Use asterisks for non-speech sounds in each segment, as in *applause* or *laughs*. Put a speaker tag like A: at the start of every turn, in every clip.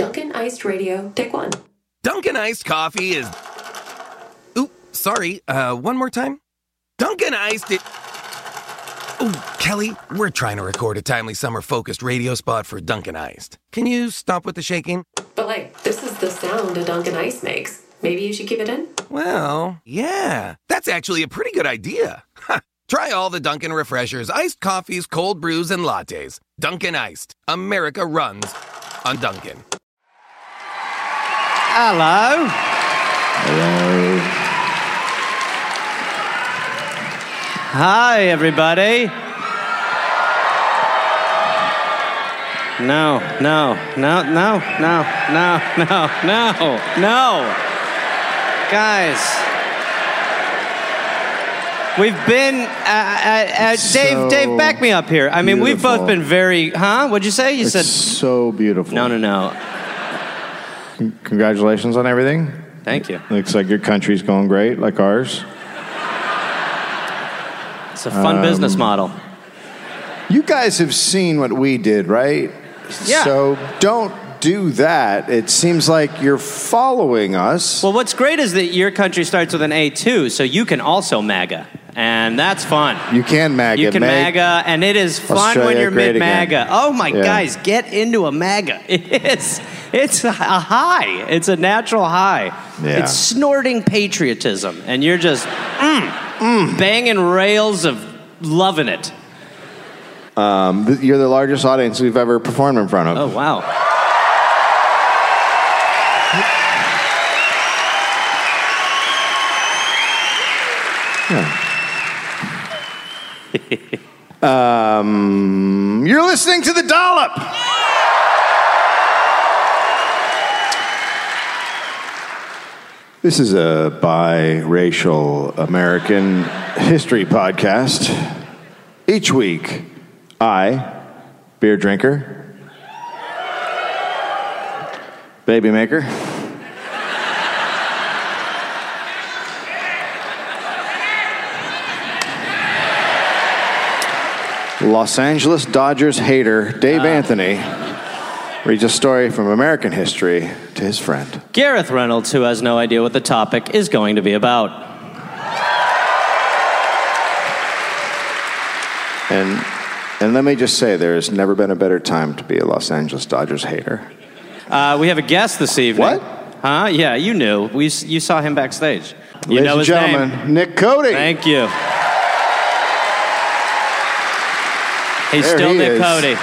A: Iced Radio. Take one.
B: Dunkin' Iced Coffee is. Oop, sorry. Uh, one more time. Dunkin' Iced it. Ooh, Kelly, we're trying to record a timely summer focused radio spot for Dunkin' Iced. Can you stop with the shaking?
A: But, like, this is the sound a Dunkin' Ice makes. Maybe you should keep it in?
B: Well, yeah, that's actually a pretty good idea. Ha, Try all the Dunkin' refreshers, iced coffees, cold brews, and lattes. Dunkin' Iced. America runs on Dunkin'.
C: Hello. Hi, everybody. No, no, no, no, no, no, no, no, no. Guys, we've been. Uh, uh, uh, Dave,
D: It's
C: Dave,
D: so
C: back me up here. I mean, we've both
D: beautiful.
C: been very. Huh? What'd you say? You
D: It's
C: said.
D: so beautiful.
C: No, no, no.
D: Congratulations on everything.
C: Thank you.
D: Looks like your country's going great, like ours.
C: It's a
D: Um,
C: fun business model.
D: You guys have seen what we did, right?
C: Yeah.
D: So don't do that. It seems like you're following us.
C: Well, what's great is that your country starts with an A too, so you can also MAGA, and that's fun.
D: you can MAGA.
C: You can
D: Meg.
C: MAGA, and it is fun when
D: Australia
C: you're
D: great
C: mid
D: again.
C: MAGA. Oh my
D: Yeah.
C: guys, get into a MAGA. *laughs* It's it's a high. It's a natural high.
D: Yeah.
C: It's snorting patriotism, and you're just mm, banging rails of loving it.
D: Um, th- you're the largest audience we've ever performed in front of.
C: Oh wow.
D: Um, you're listening to the dollop. This is a biracial American history podcast. Each week, I, beer drinker, baby maker, Los Angeles Dodgers hater Dave Anthony reads a story from American history to his friend.
C: Gareth Reynolds, who has no idea what the topic is going to be about.
D: And and let me just say, there has never been a better time to be a Los Angeles Dodgers hater.
C: Uh, we have a guest this evening.
D: What?
C: Huh? Yeah, you knew. We, you saw him backstage. You
D: Ladies
C: know
D: and
C: his
D: gentlemen,
C: name.
D: Nick Cody.
C: Thank you. He's
D: There
C: still
D: he
C: Nick
D: is.
C: Cody.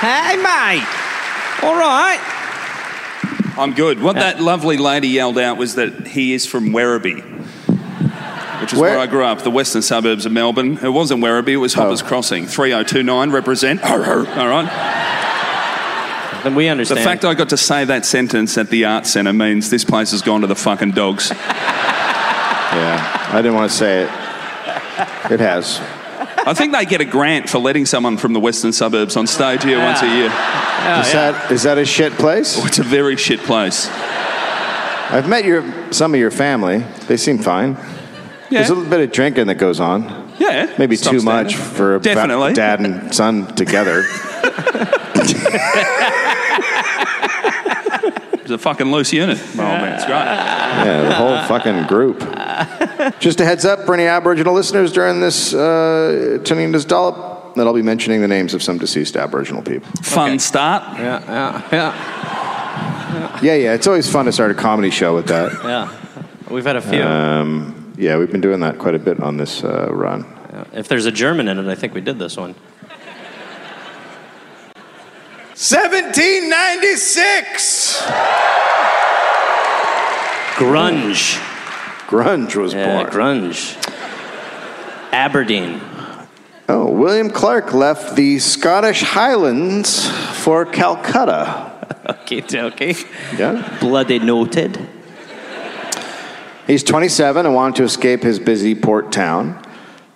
C: Hey, mate. All right.
E: I'm good. What that lovely lady yelled out was that he is from Werribee, which is where,
D: Where-
E: I grew up, the western suburbs of Melbourne. It wasn't Werribee, it was Hoppers Crossing. 3029, represent. *laughs* All right.
C: Then we
E: The
C: understand.
E: fact I got to say that sentence at the Arts Centre means this place has gone to the fucking dogs.
D: Yeah, I didn't want to say it.
C: *laughs*
D: It has.
E: I think they get a grant for letting someone from the western suburbs on stage here once a
C: Yeah.
E: year.
C: Oh,
E: Oh,
D: is that is that a shit place?
E: It's a very shit place.
D: I've met your some of your family. They seem fine. There's a little bit of drinking that goes on.
E: Yeah.
D: Maybe
E: Stop
D: too
E: standing.
D: much for a ba-
E: Definitely.
D: dad and son
C: *laughs*
D: together.
E: It's a fucking loose unit. Oh, man, it's great.
D: Yeah, the whole fucking group. *laughs* Just a heads up for any Aboriginal listeners during this uh, tuning into this dollop that I'll be mentioning the names of some deceased Aboriginal people.
E: Fun start.
C: yeah, yeah, yeah,
D: Yeah, yeah, it's always fun to start a comedy show with that.
C: yeah. We've had a few.
D: Um, yeah, we've been doing that quite a bit on this uh, run.
C: if there's a German in it, I think we did this one.
D: 1796!
C: Grunge.
D: Grunge was
C: Yeah,
D: born.
C: grunge. Aberdeen.
D: oh, William Clark left the Scottish Highlands for Calcutta.
C: *laughs* Okay, okay.
D: Yeah.
C: Bloody noted.
D: He's 27 and wanted to escape his busy port town.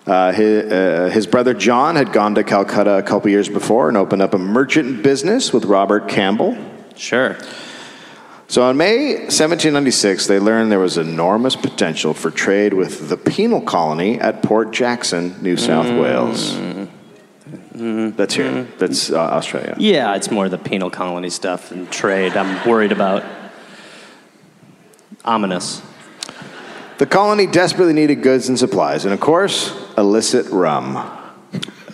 D: Uh, his, uh, his brother John had gone to Calcutta a couple years before and opened up a merchant business with Robert Campbell.
C: Sure.
D: So in May 1796, they learned there was enormous potential for trade with the penal colony at Port Jackson, New South Wales. That's here. That's uh, Australia.
C: Yeah, it's more the penal colony stuff and trade I'm worried about. Ominous.
D: The colony desperately needed goods and supplies, and of course, illicit rum.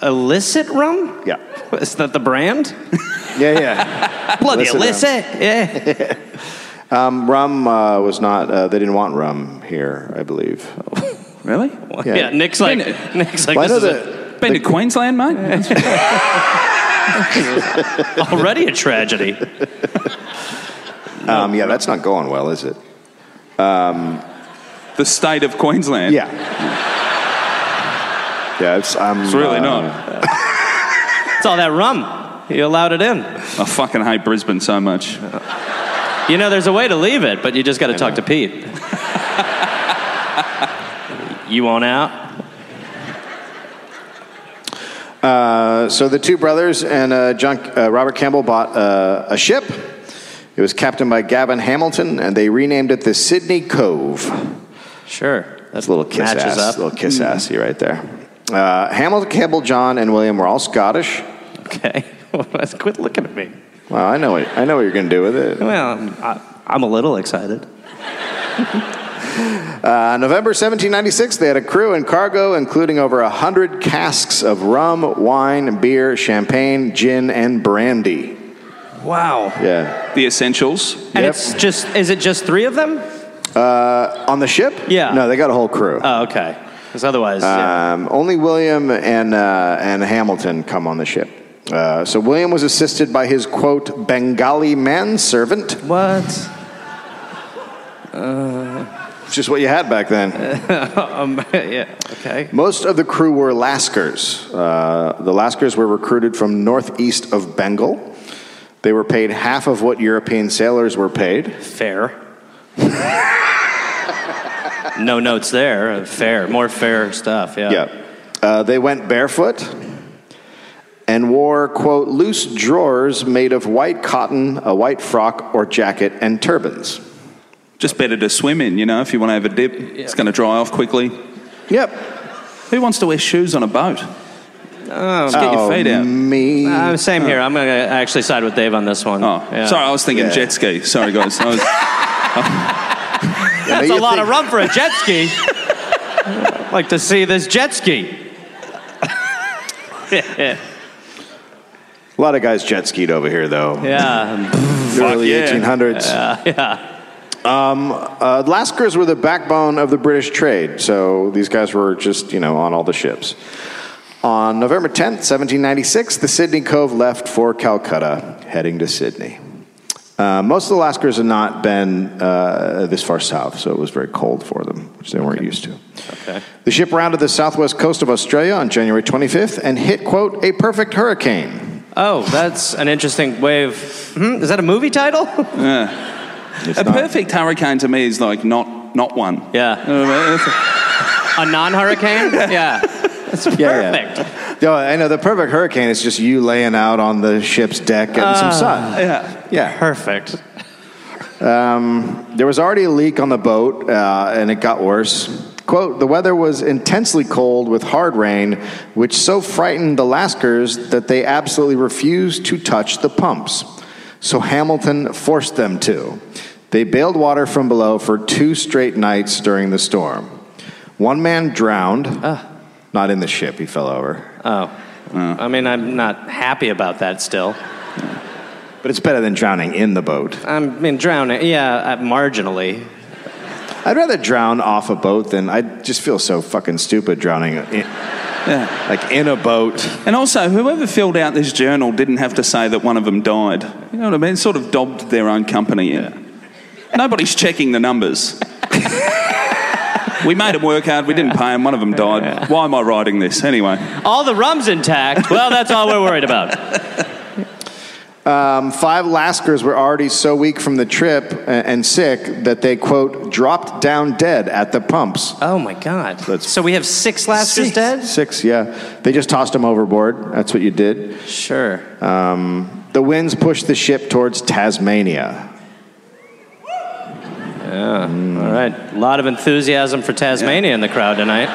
C: Illicit rum?
D: Yeah.
C: Is that the brand?
D: Yeah, yeah.
C: Bloody
D: Illicit rum.
C: illicit. Yeah.
D: um, rum uh, was not, uh, they didn't want rum here, I believe.
E: Really?
D: Yeah.
C: yeah. Nick's like, Nick's like,
D: Well, I
C: this
D: know
C: is a-
D: that.
E: Been to Queensland, mate?
C: already a tragedy.
D: Um, yeah, that's not going well, is it?
E: the state of Queensland.
D: Yeah. Yeah, it's. I'm,
E: It's really
D: uh,
E: not.
C: It's all that rum. You allowed it in.
E: I fucking hate Brisbane so much.
C: You know, there's a way to leave it, but you just got to talk to Pete. you want out?
D: Uh, so the two brothers and uh, John, uh, Robert Campbell bought uh, a ship. It was captained by Gavin Hamilton, and they renamed it the Sydney Cove.
C: Sure.
D: That's a little kiss
C: matches
D: ass.
C: up.
D: Little kiss assy right there. Mm-hmm. Uh, Hamilton, Campbell, John, and William were all Scottish.
C: Okay. *laughs* Quit looking at me.
D: Well, I know what I know what you're going to do with it. Uh,
C: Well, I, I'm a little excited.
D: Uh, November 1796, they had a crew and cargo including over a hundred casks of rum, wine, beer, champagne, gin, and brandy.
C: Wow.
D: Yeah,
E: The essentials.
C: And
D: Yep.
C: it's just, is it just three of them?
D: uh, on the ship.
C: Yeah.
D: no, they got a whole crew.
C: Oh, okay. Because otherwise, yeah.
D: Um, only William and, uh, and Hamilton come on the ship. Uh, so William was assisted by his quote Bengali manservant,
C: What?
D: which is what you had back then.
C: um, *laughs* yeah, okay.
D: Most of the crew were Lascars. Uh, the Lascars were recruited from northeast of Bengal. They were paid half of what European sailors were paid.
C: Fair. no notes there. Fair. More fair stuff, yeah.
D: Yeah. Uh, they went barefoot and wore, quote, loose drawers made of white cotton, a white frock or jacket, and turbans.
E: Just better to swim in, you know, if you want to have a dip. It's going to dry off quickly.
D: Yep.
E: Who wants to wear shoes on a boat? Let's get your feet out.
D: Oh, Me.
C: Uh, same here. I'm going to actually side with Dave on this one.
E: Oh,
C: Yeah.
E: sorry, I was thinking
D: Yeah.
E: jet ski. Sorry, guys.
D: *laughs*
E: I was,
C: That's a lot of rum for a jet ski. I'd like to see this jet ski. yeah.
D: A lot of guys jet skied over here, though.
C: Yeah.
D: Early
E: yeah.
D: 1800s.
C: yeah.
D: Um, uh, Lascars were the backbone of the British trade, so these guys were just, you know, on all the ships. On November 10th, 1796, the Sydney Cove left for Calcutta, heading to Sydney. Uh, most of the Lascars had not been uh, this far south, so it was very cold for them, which they weren't used to. Okay. The ship rounded the southwest coast of Australia on January 25th and hit, quote, a perfect hurricane.
C: Oh, that's an interesting way of. Hmm? Is that a movie title? *laughs*
E: a perfect hurricane to me is like not not one.
C: yeah.
E: Uh,
C: Oh, A non hurricane? Yeah. That's perfect.
D: yeah. No, I know the perfect hurricane is just you laying out on the ship's deck getting some sun.
E: yeah.
D: Yeah.
C: Perfect.
D: Um, there was already a leak on the boat, uh, and it got worse. Quote, the weather was intensely cold with hard rain, which so frightened the Lascars that they absolutely refused to touch the pumps. So Hamilton forced them to. They bailed water from below for two straight nights during the storm. One man drowned, not in the ship, he fell over.
C: Oh. I mean, I'm not happy about that still.
D: But it's better than drowning in the boat.
C: I mean, drowning, yeah, uh, marginally.
D: I'd rather drown off a boat than I just feel so fucking stupid drowning in, like in a boat.
E: And also, whoever filled out this journal didn't have to say that one of them died. You know what I mean? Sort of dobbed their own company in. Nobody's checking the numbers. we made them work hard. We didn't pay them. One of them died. Why am I writing
C: *laughs*
E: this anyway?
C: All the rum's intact. Well, that's all we're worried about.
D: Um, five Lascars were already so weak from the trip a- and sick that they quote dropped down dead at the pumps.
C: *laughs* Oh my God.
D: That's-
C: so we have six Lascars dead?
D: Six, yeah. They just tossed them overboard. That's what you did.
C: Sure.
D: Um, the winds pushed the ship towards Tasmania.
C: All right. A lot of enthusiasm for Tasmania in the crowd tonight.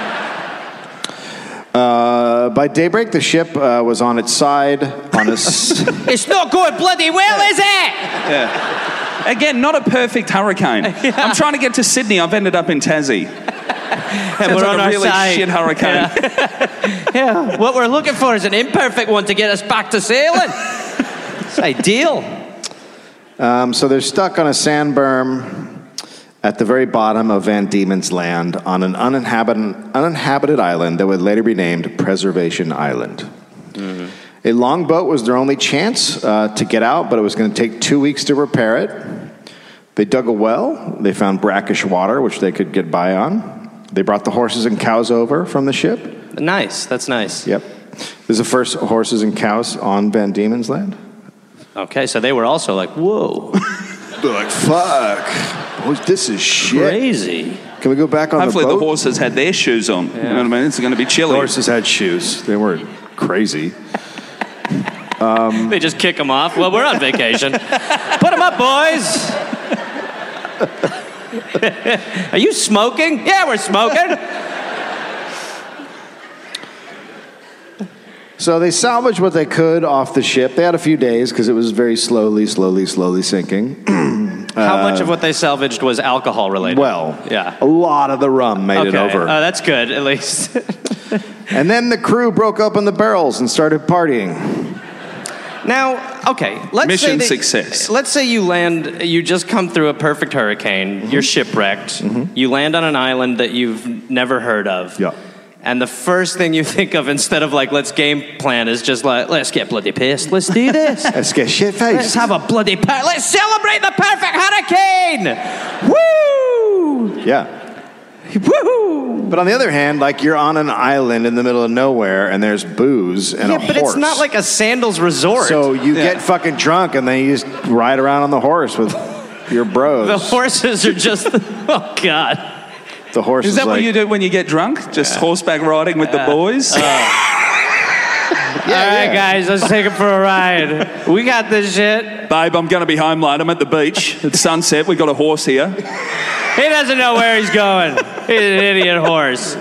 D: Uh, Uh, by daybreak, the ship uh, was on its side on a s-
C: *laughs* It's not going bloody well, is it?
E: Again, not a perfect
C: *laughs*
E: hurricane. I'm trying to get to Sydney. I've ended up in Tassie. Sounds
C: we're
E: like
C: on
E: a
C: our
E: really
C: side.
E: shit hurricane.
C: Yeah. What we're looking for is an imperfect one to get us back to sailing. *laughs* it's ideal.
D: um, so they're stuck on a sand berm at the very bottom of Van Diemen's Land on an uninhabited, uninhabited island that would later be named Preservation Island. A longboat was their only chance uh, to get out, but it was going to take two weeks to repair it. They dug a well. They found brackish water, which they could get by on. They brought the horses and cows over from the ship.
C: Nice. That's nice.
D: Yep. This is the first horses and cows on Van Diemen's Land.
C: Okay, so they were also like,
D: *laughs*
C: whoa,
D: They're like, fuck. Boys, this is shit.
C: crazy.
D: Can we go back on
E: *laughs* Hopefully,
D: the
E: the,
D: boat?
E: horses had their shoes on. You know what I mean? It's going to be
D: The
E: chilly.
D: horses had shoes. They weren't crazy.
C: They just kick them off. Well, we're on
D: *laughs*
C: vacation. Put them up, boys. Are you smoking? Yeah, we're smoking.
D: So they salvaged what they could off the ship. They had a few days because it was very slowly, slowly, slowly sinking.
C: How much of what they salvaged was alcohol related?
D: Uh, well,
C: yeah.
D: a lot of the rum made it
C: Okay.
D: over.
E: uh,
C: Oh, that's good, at least. *laughs*
D: and then the crew broke up on the barrels and started partying.
C: now, okay, let's say
E: Mission
C: that-
E: success.
C: Let's say you land, you just come through a perfect
D: Mm-hmm.
C: hurricane, you're shipwrecked, you land on an island that you've never heard of.
D: Yeah.
C: And the first thing you *laughs* think of instead of like, let's game plan, is just like, let's get bloody pissed, let's do
D: *laughs*
C: this.
D: Let's get shit
C: Let's
D: faced.
C: have a bloody par- Let's celebrate the perfect hurricane! Woo!
D: yeah.
C: Woo!
D: But on the other hand, like you're on an island in the middle of nowhere and there's booze and
C: Yeah,
D: a
C: but
D: horse.
C: it's not like a sandals resort.
D: So you
E: Yeah.
D: get fucking drunk and then you just ride around on the horse with *laughs* your bros.
C: the horses are just. *laughs* oh God!
D: The horse
E: Is that what
D: like-
E: you do when you get drunk? Just horseback riding with the
C: Oh,
E: boys?
C: All right,
D: yeah.
C: guys, let's take them for a *laughs* ride. we got this shit.
E: Babe, I'm going to be home late. I'm at the beach. It's sunset. We've got a horse here.
C: He doesn't know where he's going. He's an idiot *laughs* horse.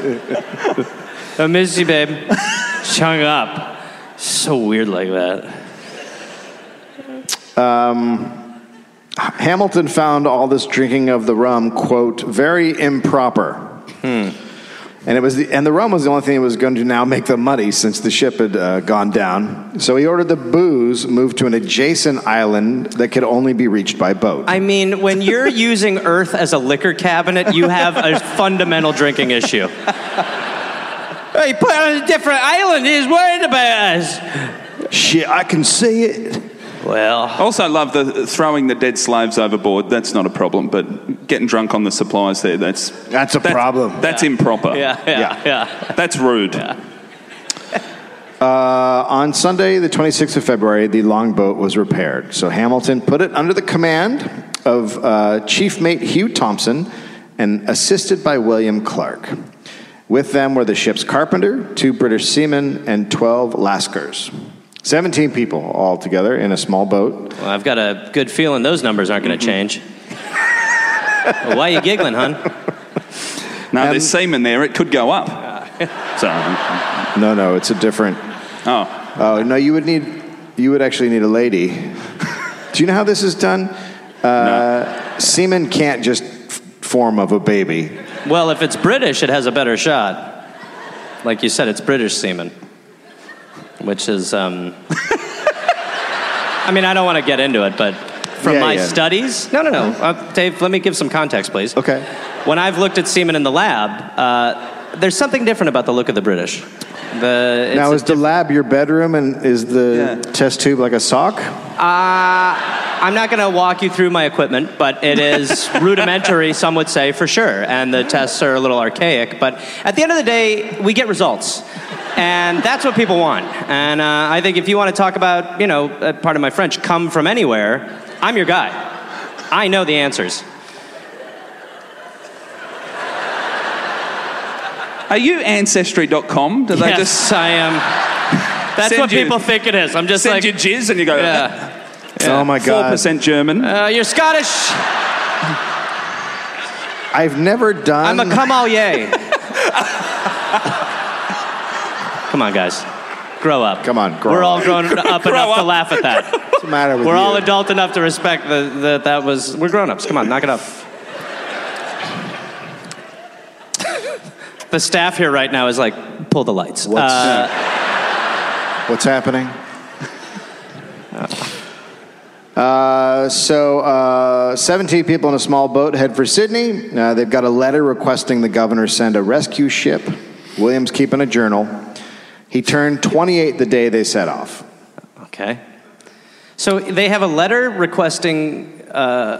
C: I miss you, babe. Chung up. So weird like that.
D: Hamilton found all this drinking of the rum, quote, very improper. And, it was the, and the rum was the only thing that was going to now make them muddy since the ship had uh, gone down. So he ordered the booze moved to an adjacent island that could only be reached by boat.
C: I mean, when you're using Earth as a liquor cabinet, you have a fundamental drinking issue. Hey, put on a different island. He's worried about us.
D: Shit, I can see it.
C: Well,
E: Also, love the throwing the dead slaves overboard. That's not a problem, but getting drunk on the supplies there, that's.
D: That's a problem.
E: That's improper.
C: yeah, yeah, yeah.
E: That's rude.
D: Uh, on Sunday, the 26th of February, the longboat was repaired. So Hamilton put it under the command of uh, Chief Mate Hugh Thompson and assisted by William Clark. With them were the ship's carpenter, two British seamen, and 12 Lascars. 17 people all together in a small boat.
C: Well, I've got a good feeling those numbers aren't going to change. Well, why are you giggling, hon?
E: No, there's semen there. It could go up. so,
D: No, no, it's a different.
E: oh,
D: Oh, no, you would need, you would actually need a lady. *laughs* Do you know how this is done? Uh, Seamen can't just f- form of a baby.
C: Well, if it's British, it has a better shot. Like you said, it's British semen, which is. Um, *laughs* I mean, I don't want to get into it, but from
D: Yeah,
C: my
D: yeah.
C: studies, no, no, no, uh, Dave. Let me give some context, please.
D: Okay.
C: When I've looked at semen in the lab, uh, there's something different about the look of the British. The, it's
D: now,
C: a
D: is the lab your bedroom and is the
E: Yeah.
D: test tube like a sock?
C: Uh, I'm not going to walk you through my equipment, but it is *laughs* rudimentary, some would say, for sure. And the tests are a little archaic. But at the end of the day, we get results. And that's what people want. And uh, I think if you want to talk about, you know, uh, part of my French, come from anywhere, I'm your guy. I know the answers.
E: are you ancestry.com? Do they
C: yes,
E: just
C: I am. That's
E: Send
C: what
E: you-
C: people think it is. I'm just
E: send
C: like,
E: you jizz and you go? "Ah."
C: yeah.
D: Oh my
E: Four
D: god!
E: percent German.
C: Uh, you're Scottish.
D: I've never
C: I'm
D: done. *laughs*
C: a come all yay. Come on, guys. Grow up.
D: Come on, *laughs* grow
C: We're all
D: up.
C: grown up enough to laugh at that.
D: What's the matter *laughs* with
C: We're
D: you?
C: all adult enough to respect the- that that was. We're grown ups. Come on, knock it up. the staff here right now is like, pull the lights.
D: What's-
C: Uh,
D: *laughs*
C: *laughs*
D: What's happening? Uh, so, uh, 17 people in a small boat head for Sydney. Uh, they've got a letter requesting the governor send a rescue ship. William's keeping a journal. He turned 28 the day they set off.
C: okay. So they have a letter requesting,
D: Yeah,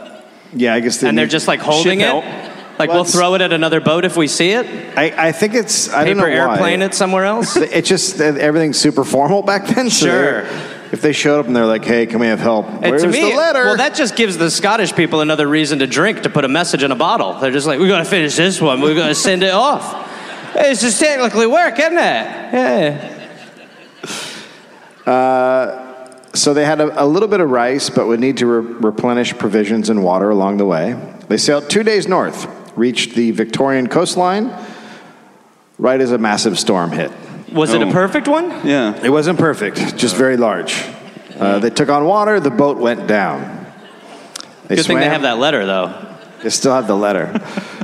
D: I guess.
C: and they're just like holding
E: Ship
C: it.
E: help.
C: Like
D: Well,
C: we'll
D: it's-
C: throw it at another boat if we see it.
D: I, I think it's. I don't know
C: Paper
D: why.
C: airplane it somewhere
D: *laughs*
C: else.
D: It's just that everything's super formal back then. so
C: Sure.
D: they're- if they showed up and they're like, "Hey, can we have help?"
C: And
D: Where's
C: to me,
D: the letter?
C: well, that just gives the Scottish people another reason to drink to put a message in a bottle. They're just like, we're going to finish this one. We're going to send it off. It's just technically work, isn't it? Yeah.
D: So they had a, a little bit of rice, but would need to re- replenish provisions and water along the way. They sailed two days north, reached the Victorian coastline, right as a massive storm hit.
C: Was it a
E: Oh.
C: perfect one?
E: Yeah.
D: It wasn't perfect, just very large. Uh, they took on water, the boat went down. They
C: Good thing they
D: swam-
C: have that letter, though.
D: They still have the letter.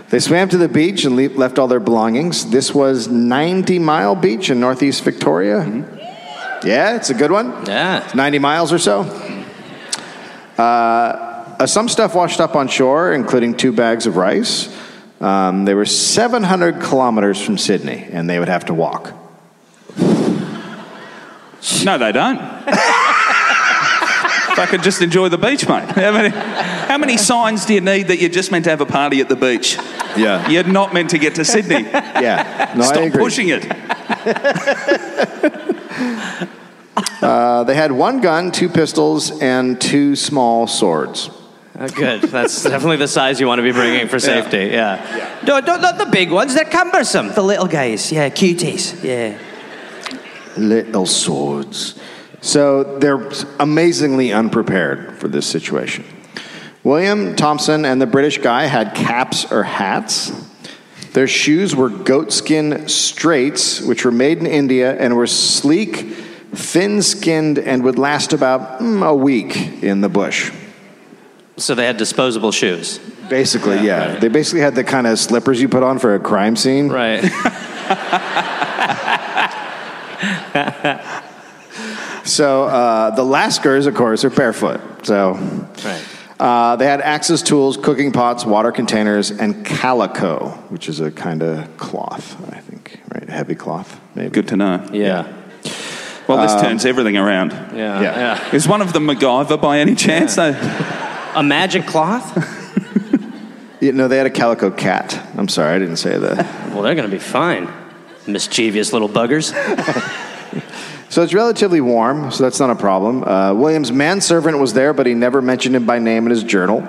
D: they swam to the beach and le- left all their belongings. This was 90 Mile Beach in northeast Victoria.
E: Mm-hmm.
D: Yeah, it's a good one.
C: Yeah.
D: 90 miles or so. Uh, uh, some stuff washed up on shore, including two bags of rice. Um, they were 700 kilometers from Sydney, and they would have to walk.
E: No, they don't. if I could just enjoy the beach, mate. How many, how many signs do you need that you're just meant to have a party at the beach?
D: Yeah.
E: You're not meant to get to Sydney.
D: Yeah. *laughs* No, I
E: Stop
D: agree.
E: pushing it.
D: Uh, they had one gun, two pistols, and two small swords.
C: Oh, good. *laughs* That's definitely the size you want to be bringing for safety. Yeah. No, don't, not the big ones. They're cumbersome. The little guys. Yeah, cuties. Yeah.
D: Little swords. So they're amazingly unprepared for this situation. William Thompson and the British guy had caps or hats. Their shoes were goatskin straights, which were made in India and were sleek, thin skinned, and would last about mm, a week in the bush.
C: So they had disposable shoes.
D: Basically, yeah. They basically had the kind of slippers you put on for a crime scene.
C: Right.
D: So uh, the Lascars, of course, are barefoot. So
C: *laughs* Right.
D: uh, they had axes, tools, cooking pots, water containers, and calico, which is a kind of cloth, I think, right? Heavy cloth, maybe.
E: Good to know.
C: Yeah.
E: Well,
D: Um,
E: this turns everything around.
C: Yeah.
D: Yeah.
C: uh, yeah.
E: Is one of them MacGyver by any chance?
C: A magic cloth?
D: You know, they had a calico cat. I'm sorry, I didn't
C: *laughs*
D: say that.
C: Well, they're going to be fine. Mischievous little buggers.
D: so it's relatively warm, so that's not a problem. Uh, William's manservant was there, but he never mentioned him by name in his journal.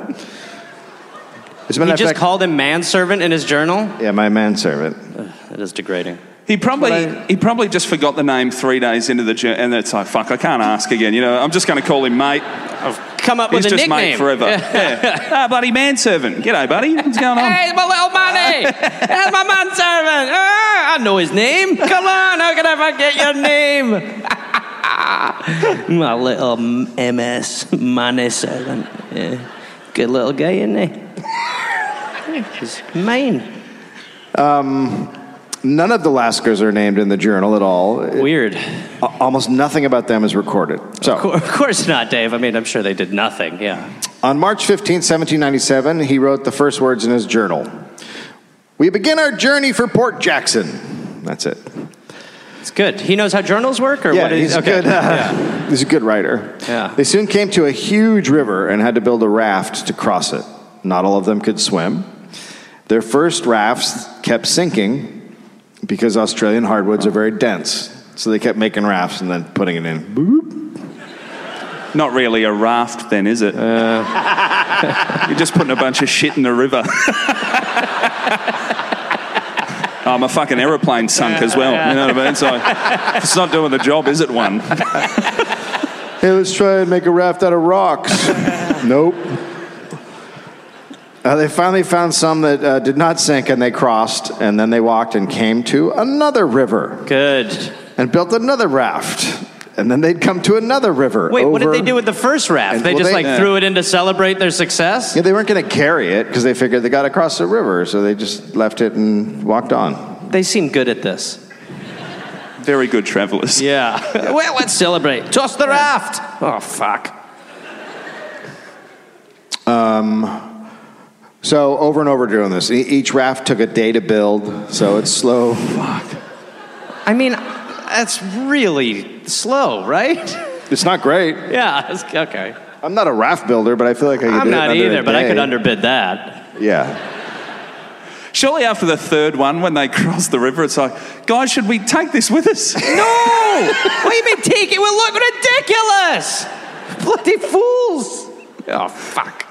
D: As a matter
C: He
D: of
C: just
D: fact-
C: called Uh. him manservant in his journal.
D: yeah, my manservant.
C: That is degrading.
E: He probably he probably just forgot the name three days into the journey, and it's like fuck, I can't ask again. You know, I'm just going to call him mate.
C: Come up
E: He's
C: with a
E: just
C: nickname.
E: mate forever. Yeah. Ah, bloody manservant. G'day, buddy. What's going on?
C: Hey, it's my little *laughs* money. That's my manservant. Ah, I know his name. Come on, how can I forget your name? *laughs* my little m- MS money servant. Yeah. Good little guy, isn't he? *laughs* He's mine.
D: None of the Lascars are named in the journal at all.
C: Weird.
D: Al- Almost nothing about them is recorded. So,
C: Of course not, Dave. I mean, I'm sure they did nothing. Yeah.
D: on March 15, 1797, he wrote the first words in his journal We begin our journey for Port Jackson. That's it.
C: It's good. He knows how journals work, or
D: Yeah,
C: what? Is,
D: he's,
C: okay.
D: a good, *laughs* uh, he's a good writer.
C: Yeah.
D: They soon came to a huge river and had to build a raft to cross it. Not all of them could swim. Their first rafts kept sinking because Australian hardwoods are very dense. So they kept making rafts and then putting it in.
E: Not really a raft, then, is it?
C: Uh.
E: *laughs* You're just putting a bunch of shit in the
C: *laughs*
E: river. Oh, my fucking aeroplane sunk as well. You know what I mean? So it's not doing the job, is it? One.
D: Hey, let's try and make a raft out of *laughs* rocks. nope. Uh, they finally found some that uh, did not sink and they crossed, and then they walked and came to another river.
C: Good.
D: and built another raft. And then they'd come to another river.
C: Wait, what did
D: over-
C: they do with the first raft?
D: And-
C: they
D: well,
C: just
D: they-
C: like threw it in to celebrate their success?
D: Yeah, they weren't going to carry it because they figured they got across the river, so they just left it and walked on.
C: They seem good at this.
E: Very good travelers.
C: Yeah. *laughs* well, let's celebrate. Toss the raft. Oh, fuck.
D: So over and over doing this. E- Each raft took a day to build, so it's slow.
C: I mean, that's really slow, right? *laughs*
D: It's not great.
C: yeah, it's, okay.
D: I'm not a raft builder, but I feel like I could
C: I'm
D: do
C: not
D: it in under
C: either,
D: a
C: but I
D: day.
C: could underbid
D: *laughs*
C: that.
D: Yeah.
E: Surely after the third one, when they *laughs* cross the river, it's like, guys, should we take this with us?
C: No! what you been taking? We're looking ridiculous! Bloody fools! Oh, fuck.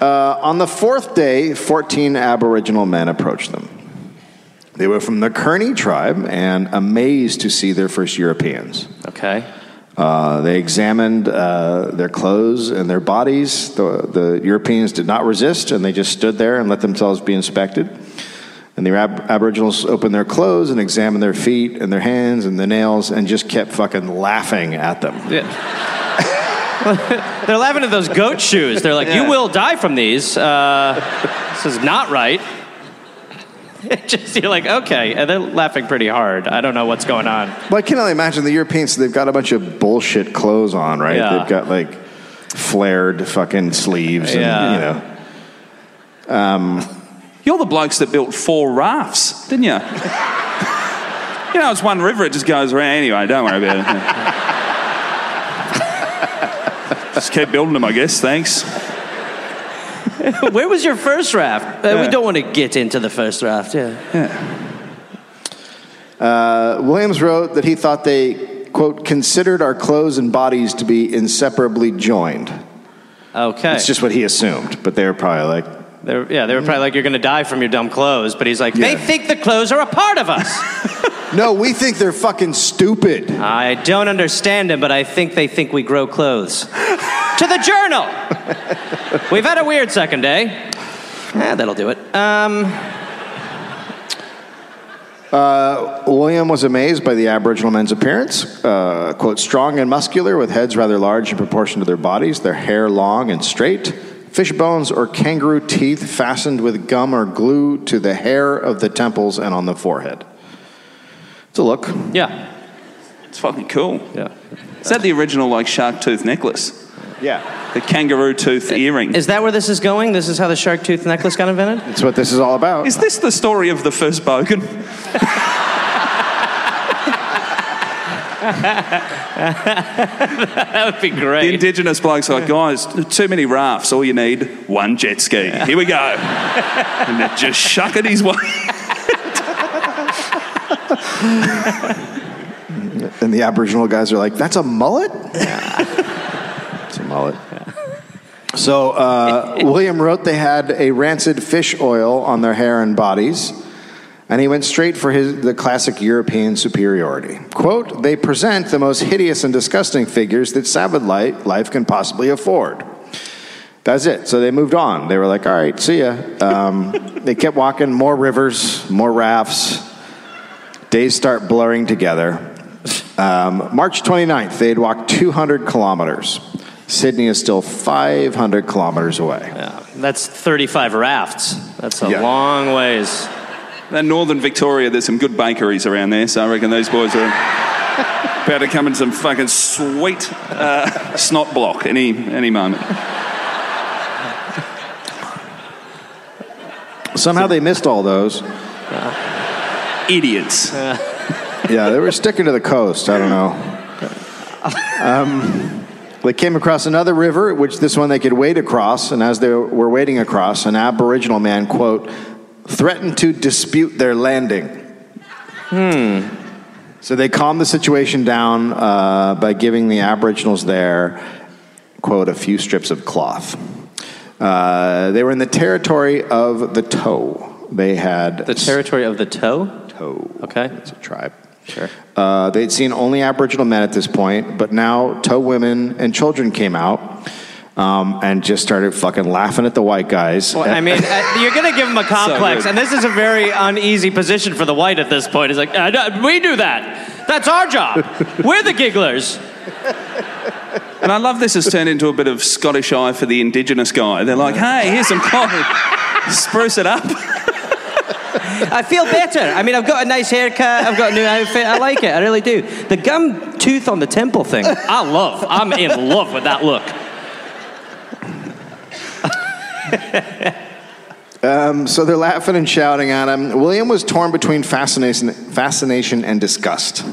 D: Uh, on the fourth day, 14 Aboriginal men approached them. They were from the Kearney tribe and amazed to see their first Europeans.
C: Okay.
D: Uh, they examined uh, their clothes and their bodies. The, the Europeans did not resist, and they just stood there and let themselves be inspected. And the Ab- Aboriginals opened their clothes and examined their feet and their hands and their nails and just kept fucking laughing at them.
C: Yeah. *laughs* They're laughing at those goat shoes. They're like, you will die from these. Uh, this is not right. *laughs* Just you're like, okay, and they're laughing pretty hard. I don't know what's going on. *laughs*
D: Well, I can only imagine the Europeans, they've got a bunch of bullshit clothes on, right?
C: Yeah.
D: They've got like flared fucking sleeves and,
C: Yeah.
D: you know.
E: You're the blokes that built four rafts, didn't you? you know, it's one river, it just goes around. Anyway, don't worry about it. just keep building them, I guess. Thanks.
C: Where was your first raft? Uh, We don't want to get into the first raft. Yeah.
D: Uh, Williams wrote that he thought they, quote, considered our clothes and bodies to be inseparably joined.
C: Okay.
D: It's just what he assumed, but they were probably like,
C: They were- yeah, they were probably like, "You're going to die from your dumb clothes," but he's like, "They
D: Yeah.
C: think the clothes are a part of us."
D: no, we think they're fucking stupid.
C: I don't understand him, but I think they think we grow clothes. to the journal. We've had a weird second day. Ah, that'll do it. Um,
D: William was amazed by the Aboriginal men's appearance. Uh, quote, strong and muscular, with heads rather large in proportion to their bodies, their hair long and straight, fish bones or kangaroo teeth fastened with gum or glue to the hair of the temples and on the forehead. It's a look.
C: yeah.
E: It's fucking cool.
C: Yeah.
E: Is that the original, like, shark tooth necklace?
D: Yeah.
E: The kangaroo tooth earring? Is,
C: Uh, Is that where this is going? This is how the shark tooth necklace got invented?
D: *laughs* That's what this is all about.
E: this the story of the first bogan?
C: That would be
E: The
C: great.
E: indigenous blokes are like, guys, too many rafts. All you need, one jet ski. Here we go. and they're just shucking his way.
D: and the Aboriginal guys are like, that's a mullet? it's a mullet. So uh, William wrote they had a rancid fish oil on their hair and bodies, and he went straight for his, the classic European superiority. Quote, they present the most hideous and disgusting figures that savage li- life can possibly afford. That's it. So they moved on. They were like, all right, see ya. Um, *laughs* they kept walking, more rivers, more rafts. Days start blurring together. Um, March 29th, they had walked 200 kilometers. Sydney is still 500 kilometers away.
C: Yeah, that's 35 rafts. That's a
D: Yeah.
C: long ways.
E: In northern Victoria, there's some good bakeries around there, so I reckon these boys are about to come in some fucking sweet uh, snot block any any moment.
D: Somehow they missed all those.
E: Idiots.
D: Yeah, they were sticking to the coast. I don't know. Um, they came across another river, which this one they could wade across. And as they were wading across, an Aboriginal man, quote, threatened to dispute their landing. Hmm.
C: Hmm.
D: So they calmed the situation down uh, by giving the Aboriginals there, quote, a few strips of cloth. Uh, they were in the territory of the Toe. They had
C: The territory of the toe?
D: Toe.
C: Okay.
D: It's a tribe.
C: Sure.
D: Uh, they'd seen only Aboriginal men at this point, but now tow women and children came out. um, and just started fucking laughing at the white guys.
C: Well, I mean, uh, you're going to give him a complex,
E: good.
C: and this is a very uneasy position for the white at this point. He's like, uh, no, we do that. That's our job. We're the gigglers.
E: And I love this has turned into a bit of Scottish eye for the indigenous guy. They're like, hey, here's some coffee. Spruce it up.
C: I feel better. I mean, I've got a nice haircut. I've got a new outfit. I like it. I really do. The gum tooth on the temple thing, I love. I'm in love with that look.
D: So they're laughing and shouting at him. William was torn between fascination, fascination and disgust.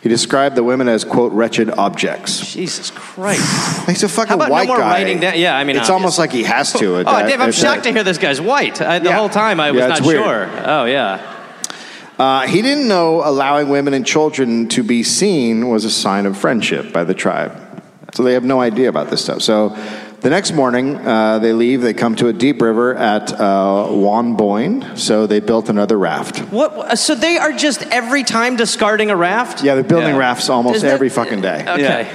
D: He described the women as, quote, wretched objects.
C: Jesus Christ.
D: He's a fucking
C: How about no
D: white
C: more
D: guy.
C: writing down- yeah, I mean,
D: it's
C: uh,
D: almost like he has to. at
C: Oh,
D: that-
C: Dave, I'm
D: at
C: shocked to
D: that.
C: hear this guy's white. I, the
D: Yeah.
C: whole time I
D: Yeah,
C: was
D: it's
C: not
D: weird.
C: sure. Oh, yeah.
D: Uh, he didn't know allowing women and children to be seen was a sign of friendship by the tribe. So they have no idea about this stuff. So the next morning, uh, they leave. They come to a deep river at uh, Wanboyne. So they built another raft.
C: What? uh, So they are just every time discarding a raft?
D: Yeah, they're building
E: Yeah.
D: rafts almost
C: Isn't it-
D: every fucking day.
C: Okay.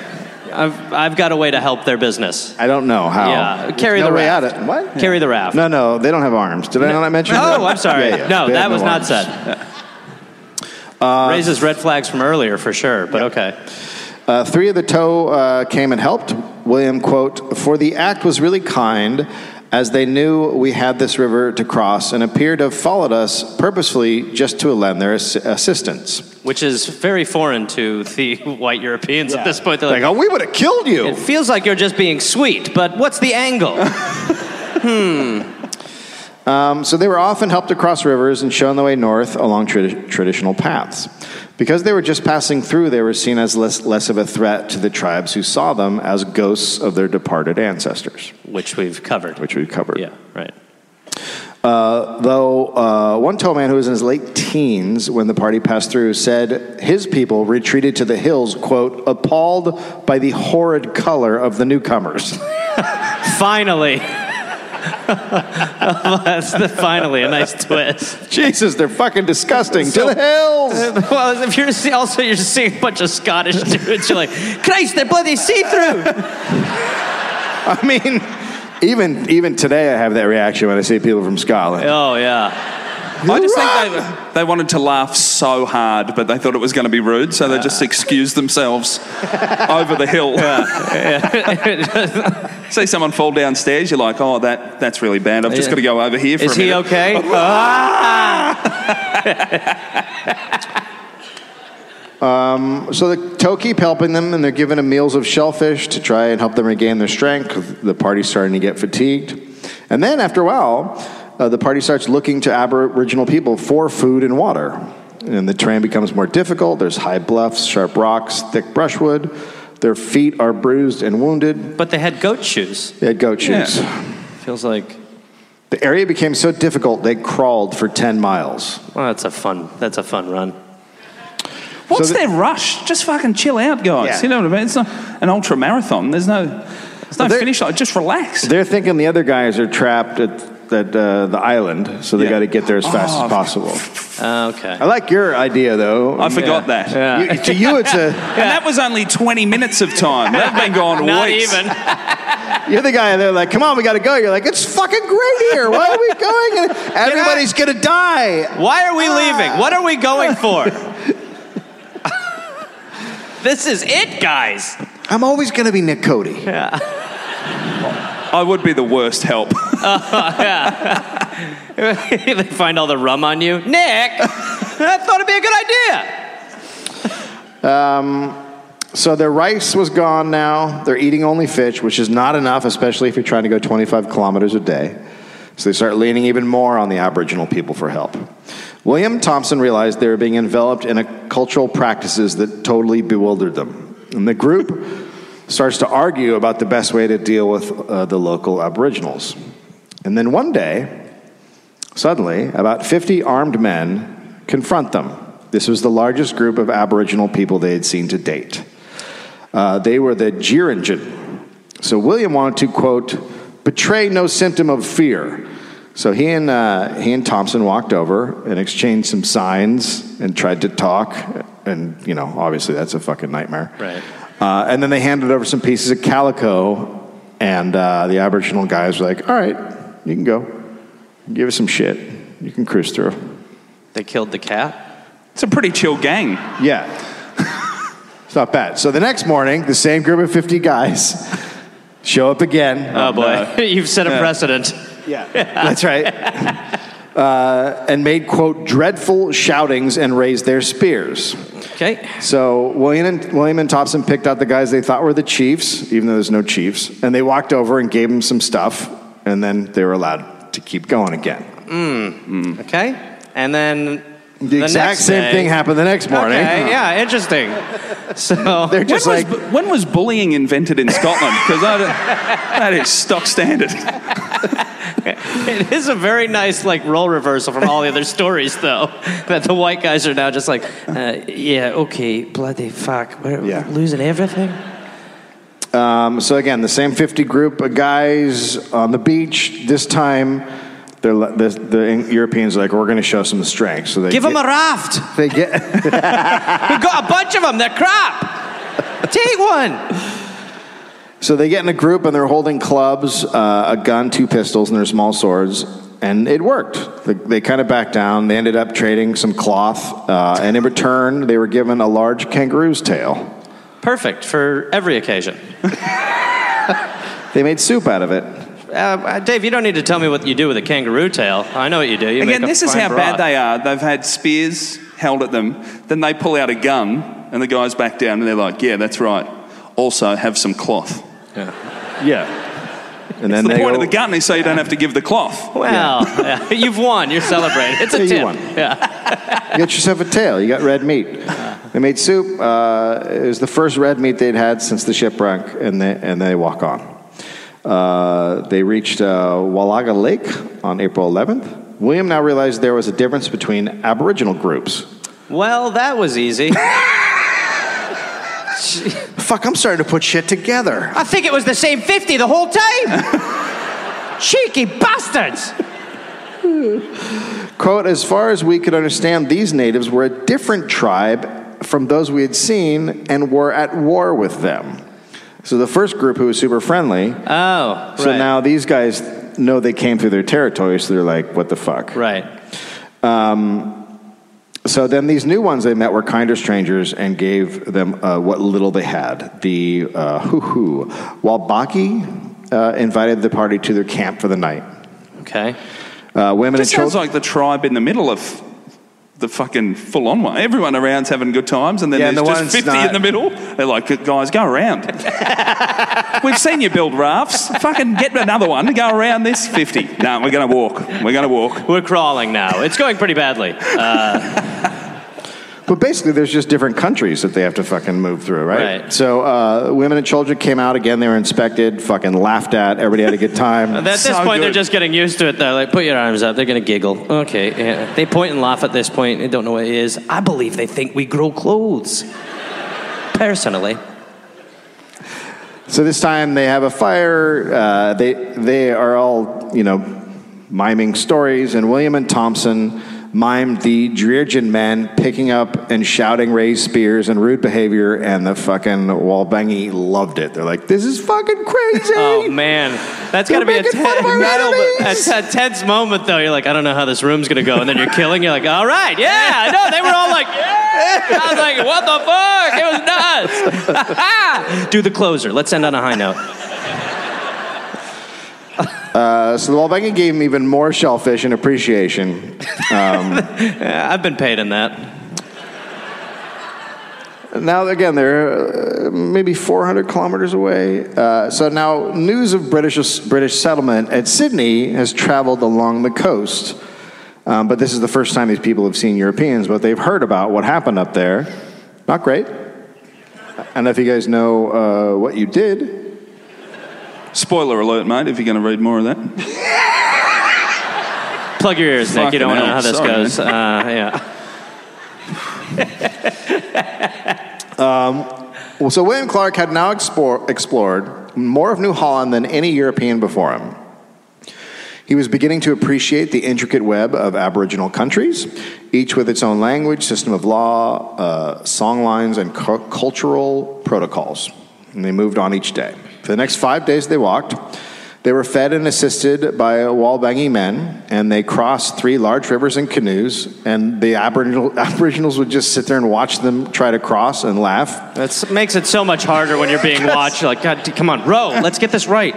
C: I've, I've got a way to help their *laughs* business.
D: I don't know how.
C: Yeah,
D: There's
C: carry
D: no
C: the
D: way
C: raft.
D: out of What?
C: Carry the raft.
D: No, no, they don't have arms. Did I not mention that?
C: Oh, I'm sorry.
D: Yeah, yeah.
C: No,
D: They
C: that
D: have Uh,
C: was not
D: arms.
C: said. Raises red flags from earlier for sure, but okay.
D: Uh, three of the tow uh, came and helped. William, quote, for the act was really kind, as they knew we had this river to cross and appeared to have followed us purposefully just to lend their ass- assistance.
C: Which is very foreign to the *laughs* white Europeans at this point. They're
D: Like,
C: like,
D: oh, we would have killed you.
C: it feels like you're just being sweet, but what's the angle?
D: Um, so they were often helped across rivers and shown the way north along tradi- traditional paths. Because they were just passing through, they were seen as less, less of a threat to the tribes who saw them as ghosts of their departed ancestors,
C: Which we've covered.
D: which we covered.
C: yeah, right.
D: Uh, though uh, one tow man who was in his late teens when the party passed through said his people retreated to the hills, quote, appalled by the horrid color of the newcomers. *laughs*
C: Finally. *laughs* That's the finally a nice twist. *laughs*
D: Jesus, they're fucking disgusting.
C: So-
D: to the hills!
C: Well, if you're see, also you're just seeing a bunch of Scottish *laughs* dudes, you're like, Christ, they're bloody see-through.
D: I mean, even even today, I have that reaction when I see people from Scotland.
C: Oh *laughs* yeah.
E: I just think they, they wanted to laugh so hard, but they thought it was going to be rude, so they just
C: *laughs*
E: excused themselves over the hill. See someone fall downstairs, you're like, oh, that, that's really bad. I've just
C: Yeah.
E: got to go over here for
C: Is
E: a minute.
C: he okay? Ah!
D: So the tow keep helping them, and they're giving them meals of shellfish to try and help them regain their strength. The party's starting to get fatigued, and then after a while, uh, the party starts looking to Aboriginal people for food and water. And the terrain becomes more difficult. There's high bluffs, sharp rocks, thick brushwood. Their feet are bruised and wounded.
C: But they had goat shoes.
D: They had goat shoes.
C: Feels like
D: The area became so difficult they crawled for ten miles.
C: well, that's a fun that's a fun run.
E: What's
D: So the-
E: their rush? Just fucking chill out, guys.
D: Yeah.
E: You know what I mean? It's not an ultra marathon. There's no, there's no
D: they're-
E: finish line. Just relax.
D: They're thinking the other guys are trapped at that, uh, the island, so they
E: Yeah.
D: got to get there as fast
E: Oh.
D: as possible.
C: Uh, okay.
D: I like your idea, though.
E: I forgot that.
D: You- to you, it's a
E: And that was only 20 minutes of time. They've
D: *laughs*
E: been gone
C: Not
E: weeks.
C: even.
D: you're the guy. They're like, "Come on, we got to go." You're like, "It's fucking great here. Why are we going? And Everybody's gonna die."
C: Why are we
D: Ah.
C: leaving? What are we going
D: *laughs*
C: for? this is it, guys. *laughs*
D: I'm always gonna be Nick Cody.
E: I would be the worst help. *laughs*
C: they find all the rum on you.
D: *laughs*
C: Nick, I thought it'd be a good idea.
D: So their rice was gone now. They're eating only fish, which is not enough, especially if you're trying to go 25 kilometers a day. So they start leaning even more on the Aboriginal people for help. William Thompson realized they were being enveloped in a cultural practices that totally bewildered them. And the group starts to argue about the best way to deal with uh, the local Aboriginals. And then one day, Suddenly, about 50 armed men confront them. This was the largest group of Aboriginal people they had seen to date. Uh, they were the Girinjin. So William wanted to, quote, betray no symptom of fear. So he and, uh, he and Thompson walked over and exchanged some signs and tried to talk. And, you know, obviously that's a fucking nightmare.
C: Right.
D: Uh, and then they handed over some pieces of calico And uh, the Aboriginal guys were like, all right, you can go. Give us some shit. You can cruise through.
C: They killed the cat.
E: It's a pretty chill gang.
D: Yeah. it's not bad. So the next morning, the same group of 50 guys show up again.
C: Oh, boy, *laughs* you've set a precedent.
D: Yeah, that's right. Uh, and made, quote, dreadful shoutings and raised their spears.
C: Okay.
D: So William and, William and Thompson picked out the guys they thought were the chiefs, even though there's no chiefs, and they walked over and gave them some stuff, and then they were allowed to keep going again.
C: Okay. And then
D: The, exact
C: next
D: same
C: day-
D: thing happened the next morning.
C: Okay. Yeah.
D: *laughs*
C: Interesting. So
D: They're just
E: when,
D: like,
E: was, bu- when was bullying invented in Scotland? Because that is
D: *laughs*
E: stock standard.
C: It is a very nice like role reversal from all the other stories, though. That the white guys are now just like, uh, yeah, okay, bloody fuck, we're
D: Yeah.
C: losing everything.
D: Um, so again, the same 50 group of guys on the beach. This time, they're, le- the, the Europeans are like, we're going to show some strength. So they
C: Give
D: get,
C: them a raft.
D: They get, *laughs*
C: We've got a bunch of them. They're crap. Take one.
D: so they get in a group and they're holding clubs, uh, a gun, two pistols, and their small swords. And it worked. They, they kind of backed down. They ended up trading some cloth, uh, and in return, they were given a large kangaroo's tail.
C: Perfect for every occasion.
D: They made soup out of it.
C: Uh, Uh, Dave, you don't need to tell me what you do with a kangaroo tail. I know what you do. You
E: Again,
C: make a
E: this is
C: fine
E: how
C: broth.
E: bad they are. They've had spears held at them, then they pull out a gun, and the guys back down, and they're like, "Yeah, that's right." Also, have some cloth.
D: Yeah. And then
E: The
D: they
E: point of
D: go-
E: the gun is so you don't have to give the cloth.
C: Well, yeah, you've won. You're celebrating. It's a
D: Yeah, you
C: tip.
D: won.
C: Yeah.
D: *laughs* You got yourself a tail. You got red meat. They made soup. Uh, it was the first red meat they'd had since the shipwreck, and they, and they walk on. Uh, they reached uh, Wallaga Lake on April 11th. William now realized there was a difference between Aboriginal groups.
C: Well, that was
D: *laughs*
C: easy.
D: Fuck, I'm starting to put shit together.
C: I think it was the same 50 the whole time. Cheeky bastards.
D: Quote As far as we could understand, these natives were a different tribe from those we had seen and were at war with them. So the first group who was super friendly
C: Oh,
D: So now these guys know they came through their territory, so they're like, what the fuck? Um,
C: right.
D: So then these new ones they met were kinder strangers and gave them uh, what little they had. The uh, hoo hoo. While Baki uh, invited the party to their camp for the night.
C: Okay.
D: Uh, women
E: It
D: and children.
E: sounds like the tribe in the middle of the fucking full-on one. Everyone around's having good times, and then
D: Yeah, and
E: there's
D: the ones
E: just fifty
D: not-
E: in the middle. They're like, "Guys, go
D: *laughs*
E: around." We've seen you build rafts. Fucking get another one. Go around this fifty. No, we're gonna walk. We're gonna walk.
C: We're crawling now. It's going pretty badly. *laughs* Uh,
D: But basically, there's just different countries that they have to fucking move through, right?
C: Right.
D: So uh, women and children came out again. They were inspected, fucking laughed at. Everybody had a good time.
C: at this
E: So
C: point, they're
E: good.
C: just getting used to it. They're like, put your arms up. They're going to giggle. Okay. yeah. They point and laugh at this point. They don't know what it is. I believe they think we grow clothes. *laughs* Personally.
D: So this time they have a fire. Uh, they they are all you know miming stories, and William and Thompson mimed the Dreargen men picking up and shouting raised spears and rude behavior, and the fucking Walbangi loved it. They're like, "This is fucking
C: *laughs*
D: crazy."
C: Oh, man. That's got to
D: They're
C: be a,
D: making fun of our
C: nailed it.
D: enemies.
C: a, a tense moment, though. You're like, I don't know how this room's going to go. And then you're killing. You're like, all right. Yeah. No, they were all like, yeah. I was like, what the fuck? It was *laughs* nuts. Do the closer. Let's end on a high note.
D: Uh, so the Walbangi gave him even more shellfish and appreciation.
C: Yeah, Uh, I've been paid in that.
D: Now, again, they're uh, maybe 400 kilometers away. Uh, so now, news of British, British settlement at Sydney has traveled along the coast. Um, but this is the first time these people have seen Europeans, but they've heard about what happened up there. Not great. And if you guys know uh, what you did,
E: Spoiler alert, mate, if you're going to read more of that.
C: Plug your ears, Nick. You don't want to
E: Fucking
C: know how this
E: hell,
C: goes. Uh, yeah.
D: well, so William Clark had now explore, explored more of New Holland than any European before him. He was beginning to appreciate the intricate web of Aboriginal countries, each with its own language, system of law, uh, song lines, and cu- cultural protocols. And they moved on each day. For the next five days they walked. They were fed and assisted by wall-banging men, and they crossed three large rivers in canoes, and the Aboriginal, *laughs* Aboriginals would just sit there and watch them try to cross and laugh.
C: That makes it so much harder when you're
E: *laughs*
C: being watched. You're Like, God, d- come on, row. Let's get this right.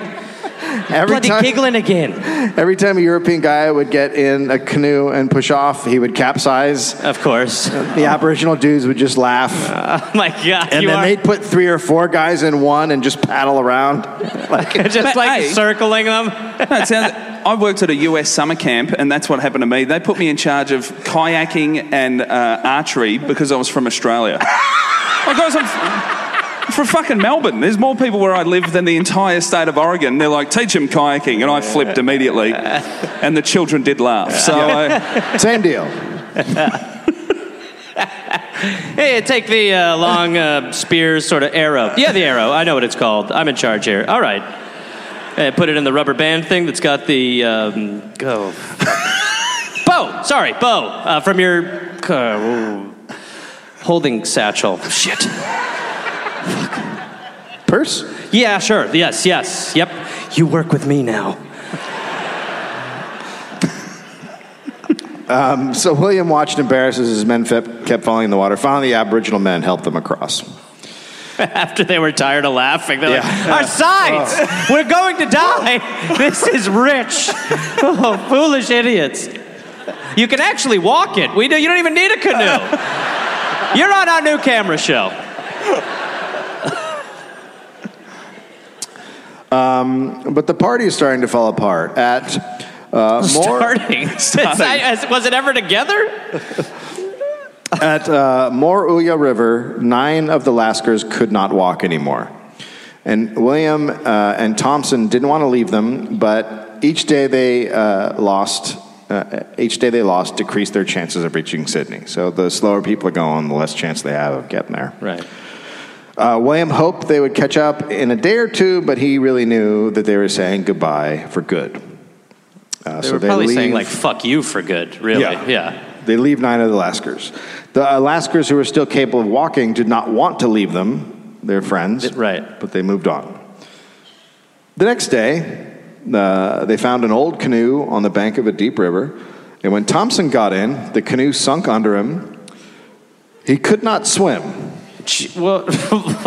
D: Every
C: Bloody giggling
E: *laughs*
C: again.
D: Every time a European guy would get in a canoe and push off, he would capsize.
C: Of course. *laughs*
D: The Aboriginal dudes would just laugh.
C: Oh my God,
D: and
C: you
D: then
C: are
D: they'd put three or four guys in one and just paddle around.
C: *laughs*
D: Like,
C: just
E: But,
C: like
E: hey.
C: circling them.
E: No, it sounds, I worked at a US summer camp, and that's what happened to me. They put me in charge of kayaking and uh, archery because I was from Australia. like, guys, I'm f- from fucking Melbourne. There's more people where I live than the entire state of Oregon. They're like, teach them kayaking. And I flipped immediately, and the children did laugh. So I,
D: same deal.
C: Hey, take the uh, long uh, spear sort of arrow. Yeah, the arrow. I know what it's called. I'm in charge here. All right. Hey, put it in the rubber band thing that's got the um, go. *laughs* bow. Sorry, bow uh, from your uh, ooh, holding satchel. Shit.
D: Purse?
C: Yeah, sure. Yes, yes. Yep. You work with me now.
D: So William watched embarrassed as his men fep- kept falling in the water. Finally, the Aboriginal men helped them across.
C: *laughs* After they were tired of laughing, they're like,
D: Yeah.
C: "Our sides, we're going to die. This is rich. *laughs* Oh, foolish idiots! You can actually walk it. We do. You don't even need a canoe. You're on our new camera show.
D: But the party is starting to fall apart. At uh, more,
C: Starting. Since I- was it ever together?
D: at uh, More Uya River, nine of the Lascars could not walk anymore. And William uh, and Thompson didn't want to leave them, but each day they uh, lost. Uh, each day they lost decreased their chances of reaching Sydney. So the slower people are going, the less chance they have of getting there.
C: Right.
D: Uh, William hoped they would catch up in a day or two, but he really knew that they were saying goodbye for good. Uh,
C: They were probably saying like "fuck you" for good. Really? yeah.
D: They leave nine of the Laskers. The uh, Laskers, who were still capable of walking, did not want to leave them, their friends.
C: Right.
D: But they moved on. The next day, uh, they found an old canoe on the bank of a deep river. And when Thompson got in, the canoe sunk under him. He could not swim.
C: Gee, Well,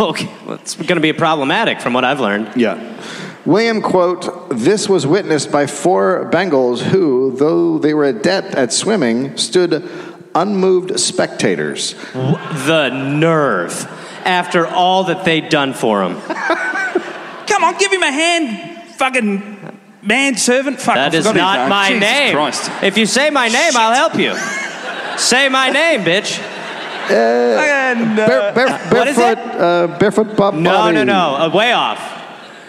C: *laughs* okay. Well, it's going to be problematic from what I've learned.
D: Yeah. William, quote, this was witnessed by four Bengals who, though they were adept at swimming, stood unmoved spectators.
C: W- The nerve. After all that they'd done for him.
E: come on, give him a hand, fucking manservant. Fuck,
C: That
E: I
C: is
E: forgot
C: not
E: his
C: my
E: Jesus
C: name.
E: Christ.
C: If you say my name, I'll help you. say my name, bitch.
E: And, uh,
D: Bare, *laughs* bare,
C: what is
D: barefoot, uh, barefoot Bob
C: No,
D: Bobby.
C: no, no. Uh, way off.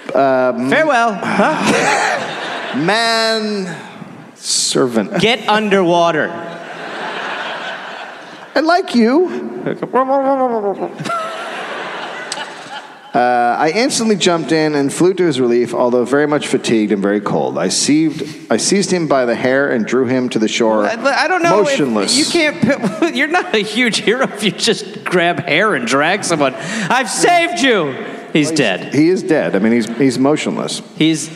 C: Farewell. Huh?
D: Man servant.
C: Get underwater.
D: And like you, *laughs* uh, I instantly jumped in and flew to his relief, although very much fatigued and very cold. I seized, I seized him by the hair and drew him to the shore.
C: I, I don't know. if-
D: Motionless.
C: you can't. p- *laughs* You're not a huge hero if you just grab hair and drag someone. I've saved you. He's dead.
D: He is dead. I mean, he's, he's motionless.
C: He's.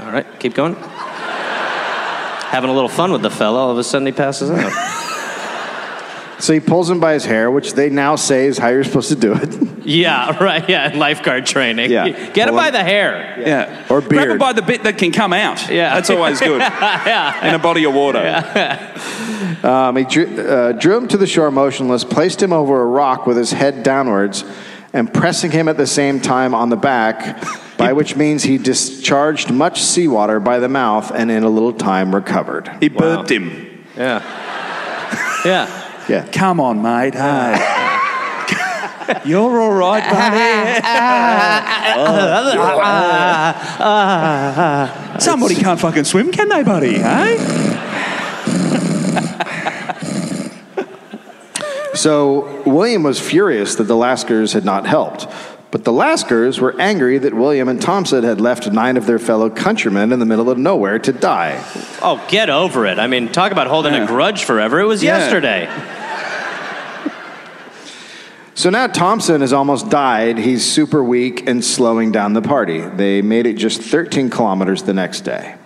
C: All right, keep going. Having a little fun with the fella. All of a sudden, he passes out.
D: So he pulls him by his hair, which they now say is how you're supposed to do
C: *laughs*
D: it. *laughs*
C: yeah, right. Yeah, in lifeguard training.
D: Yeah.
C: Get him
D: Well,
C: by the hair.
E: yeah.
D: Or
E: Grab
D: beard.
E: it by the bit that can come out.
C: Yeah.
E: That's *laughs* always good.
C: yeah.
E: In a body of water.
D: Um, he drew, uh, drew him to the shore motionless, placed him over a rock with his head downwards, and pressing him at the same time on the back, by which means he discharged much seawater by the mouth and in a little time recovered.
E: He burped him.
C: Yeah. Yeah.
D: Yeah.
E: Come on, mate. Hey. *laughs* You're all right, *laughs* buddy. Somebody can't fucking swim, can they, buddy? Hey?
D: So William was furious that the Lascars had not helped. But the Lascars were angry that William and Thompson had left nine of their fellow countrymen in the middle of nowhere to die.
C: Oh, get over it. I mean, talk about holding
E: Yeah.
C: a grudge forever. It was
E: Yeah.
C: yesterday.
D: So now Thompson has almost died. He's super weak and slowing down the party. They made it just 13 kilometers the next day.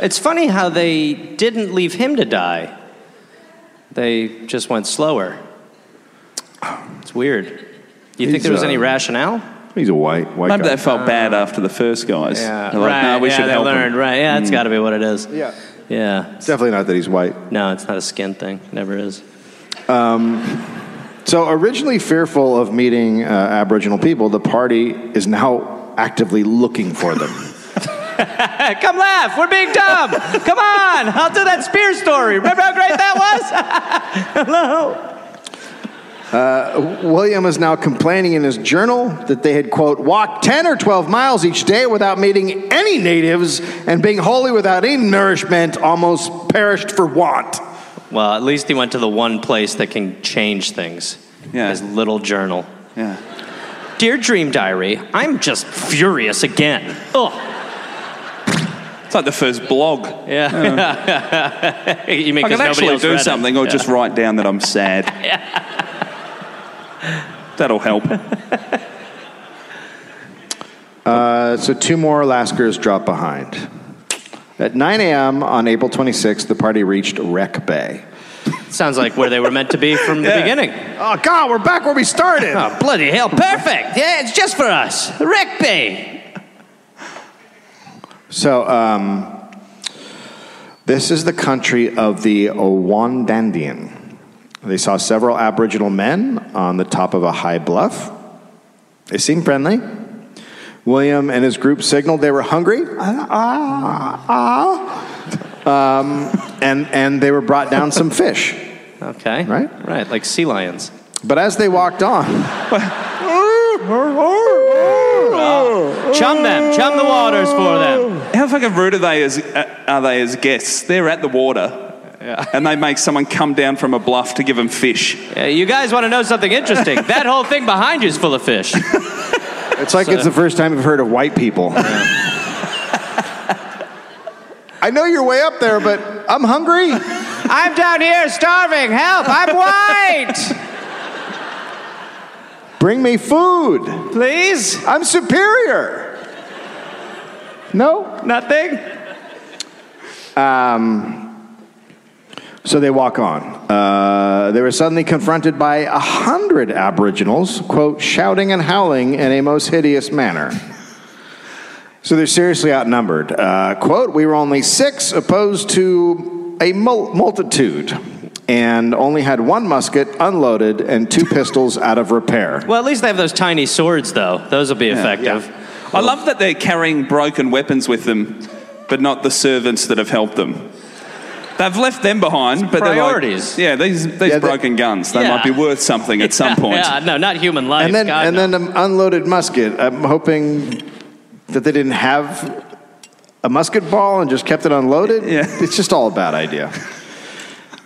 C: It's funny how they didn't leave him to die. They just went slower. It's weird. You think
D: He's,
C: there was
D: uh,
C: any rationale?
D: He's a white white
E: Maybe
D: guy.
E: they felt bad after the first guys.
C: Yeah,
E: They're like,
C: right.
E: no, we
C: yeah,
E: should
C: they
E: help 'em."
C: learned. Right. Yeah, it's got to be what it is.
D: Yeah.
C: Yeah.
D: It's definitely not that he's white.
C: No, it's not a skin thing. It never is.
D: So originally fearful of meeting uh, Aboriginal people, the party is now actively looking for *laughs* them.
C: Come laugh. We're being *laughs* dumb. Come on. I'll do that spear story. Remember how great *laughs* that was? Hello.
D: William is now complaining in his journal that they had, quote, walked 10 or 12 miles each day without meeting any natives and being wholly without any nourishment, almost perished for want.
C: Well, at least he went to the one place that can change things.
E: Yeah.
C: His little journal.
E: Yeah.
C: Dear Dream Diary, I'm just furious again. Ugh.
E: It's like the first blog.
C: Yeah. you mean
E: I
C: 'cause
E: can
C: nobody
E: actually
C: else
E: do
C: read it.
E: something or just write down that I'm *laughs* sad. That'll help.
D: Uh, so two more Alaskers drop behind. At 9 a.m. on April 26th, the party reached Wreck Bay.
C: Sounds like where they were meant to be from the beginning.
D: Oh, God, we're back where we started.
C: Oh, bloody hell. Perfect. Yeah, it's just for us. Wreck Bay.
D: *laughs* So, um, this is the country of the Owandandian. They saw several Aboriginal men on the top of a high bluff. They seemed friendly. William and his group signaled they were hungry. Ah, ah, ah. Um, and, and they were brought down some fish.
C: Okay.
D: Right?
C: Right, like sea lions.
D: But as they walked on,
C: Chum them. Chum the waters for them.
E: How fucking rude are they as uh, are they as guests? They're at the water. And they make someone come down from a bluff to give them fish.
C: Uh, you guys want to know something interesting? that whole thing behind you is full of fish.
D: It's like it's the first time you've heard of white people. I know you're way up there, but I'm hungry.
C: I'm down here starving. Help! I'm white.
D: Bring me food.
C: *laughs* Please,
D: I'm superior. No?
C: nothing.
D: So they walk on. Uh, they were suddenly confronted by a hundred Aboriginals, quote, shouting and howling in a most hideous manner. So they're seriously outnumbered. Uh, quote, we were only six opposed to a mul- multitude and only had one musket unloaded and two pistols out of repair.
C: Well, at least they have those tiny swords, though. Those will be effective.
E: I love that they're carrying broken weapons with them, but not the servants that have helped them. They've left them behind, but
C: priorities.
E: they're like, yeah, these these
D: Yeah, they-
E: broken guns, they
C: Yeah.
E: might be worth something at some point.
C: *laughs* Yeah, no, not human life.
D: and then,
C: God,
D: and
C: no.
D: then an unloaded musket. I'm hoping that they didn't have a musket ball and just kept it unloaded.
E: Yeah.
D: *laughs* It's just all a bad idea.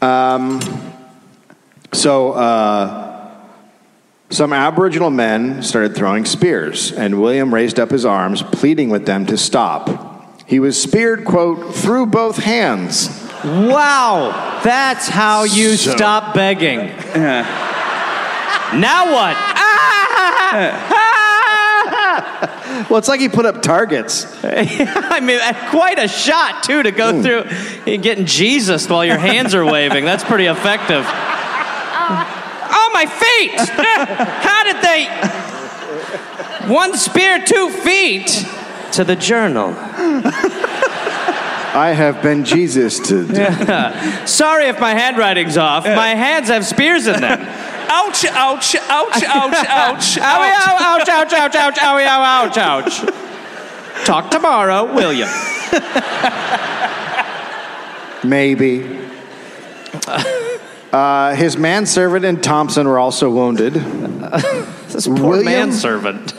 D: Um, so, uh, some Aboriginal men started throwing spears, and William raised up his arms, pleading with them to stop. He was speared, quote, through both hands. *laughs*
C: Wow, that's how you
D: So-
C: stop begging. Now what? *laughs* Ah!
D: Well, it's like he put up targets.
C: I mean, uh, quite a shot too to go through. You're getting Jesus while your hands are waving. That's pretty effective. Oh my feet! *laughs* How did they? One spear, two feet. To the journal.
D: I have been Jesus to.
C: Sorry if my handwriting's off. My hands have spears in them.
E: *laughs* Ouch, ouch, ouch,
C: *laughs*
E: ouch, ouch, ouch.
C: Owie, ow, ouch, ouch, ouch, ouch, owie, ow, ouch, ouch. Talk tomorrow, William.
D: Maybe.
C: *laughs*
D: Uh, his manservant and Thompson were also wounded.
C: This
D: William?
C: manservant.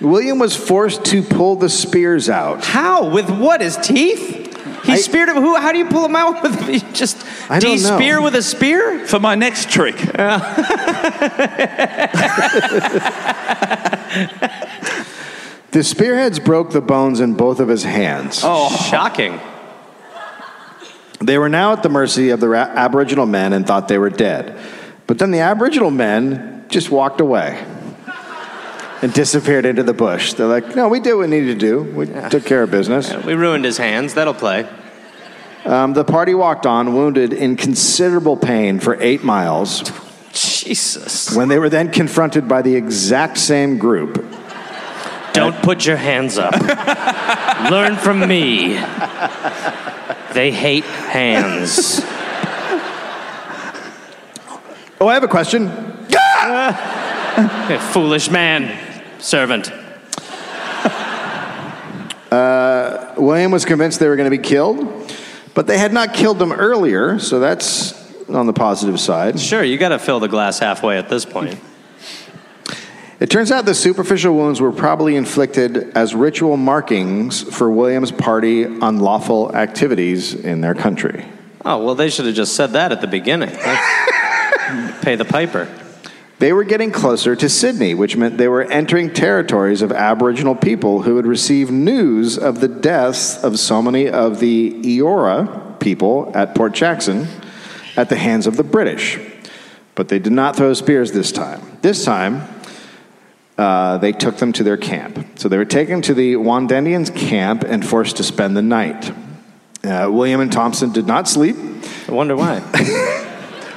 D: William was forced to pull the spears out.
C: How? With what? His teeth? He
D: I-
C: speared him. Who? How do you pull him out? With *laughs* you just
D: I
C: do you
D: don't know.
C: spear with a spear?
E: For my next trick,
D: The spearheads broke the bones in both of his hands.
C: Oh, shocking!
D: They were now at the mercy of the ra- Aboriginal men and thought they were dead. But then the Aboriginal men just walked away and disappeared into the bush. They're like, no, we did what we needed to do. We took care of business.
C: We ruined his hands. That'll play.
D: Um, the party walked on, wounded in considerable pain for eight miles,
C: Jesus.
D: when they were then confronted by the exact same group.
C: Don't put your hands *laughs* up. Learn from me. They hate hands. *laughs*
D: Oh, I have a question.
C: You Foolish man. Servant.
D: William was convinced they were going to be killed, but they had not killed them earlier, so that's on the positive side.
C: Sure, you gotta fill the glass halfway at this point.
D: It turns out the superficial wounds were probably inflicted as ritual markings for William's party unlawful activities in their country.
C: Oh, well, they should have just said that at the beginning. *laughs* That's- Pay the piper.
D: They were getting closer to Sydney, which meant they were entering territories of Aboriginal people who had received news of the deaths of so many of the Eora people at Port Jackson at the hands of the British. But they did not throw spears this time. This time, uh, they took them to their camp. So they were taken to the Wandandians' camp and forced to spend the night. Uh, William and Thompson did not sleep.
C: I wonder why.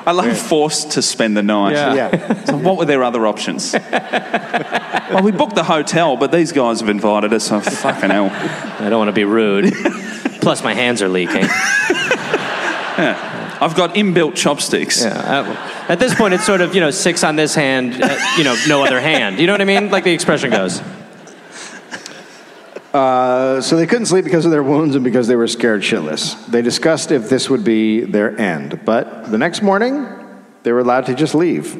E: I love forced to spend the night.
C: Yeah.
D: Yeah.
E: So what were their
D: *laughs*
E: other options? well, we booked the hotel, but these guys have invited us. So fucking hell.
C: I don't want to be rude. Plus, my hands are *laughs* leaking.
E: I've got inbuilt chopsticks.
C: Yeah. Uh, At this point, it's sort of, you know, six on this hand, uh, you know, no other hand. You know what I mean? Like the expression goes.
D: Uh, so they couldn't sleep because of their wounds and because they were scared shitless. They discussed if this would be their end, but the next morning they were allowed to just leave.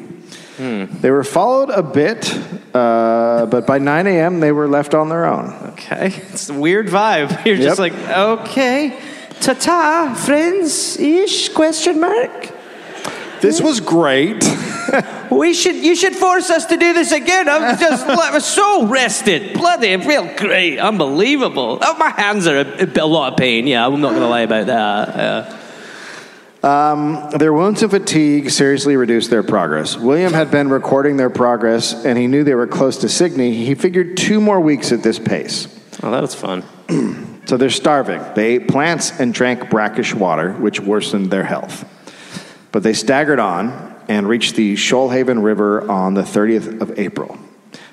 D: They were followed a bit, uh, but by 9 a.m. they were left on their own.
C: Okay. It's a weird vibe. *laughs* You're
D: Yep.
C: just like, okay. Ta ta, friends ish question mark.
D: This was great.
C: We should you should force us to do this again. I'm just *laughs* I'm so rested. Bloody I feel great. Unbelievable. Oh my hands are a, a lot of pain, yeah, I'm not gonna lie about that. Uh,
D: *laughs* Their wounds and fatigue seriously reduced their progress. William had been recording their progress, and he knew they were close to Signy. He figured two more weeks at this pace.
C: oh that was fun.
D: So they're starving. They ate plants and drank brackish water, which worsened their health. But they staggered on and reached the Shoalhaven River on the 30th of April.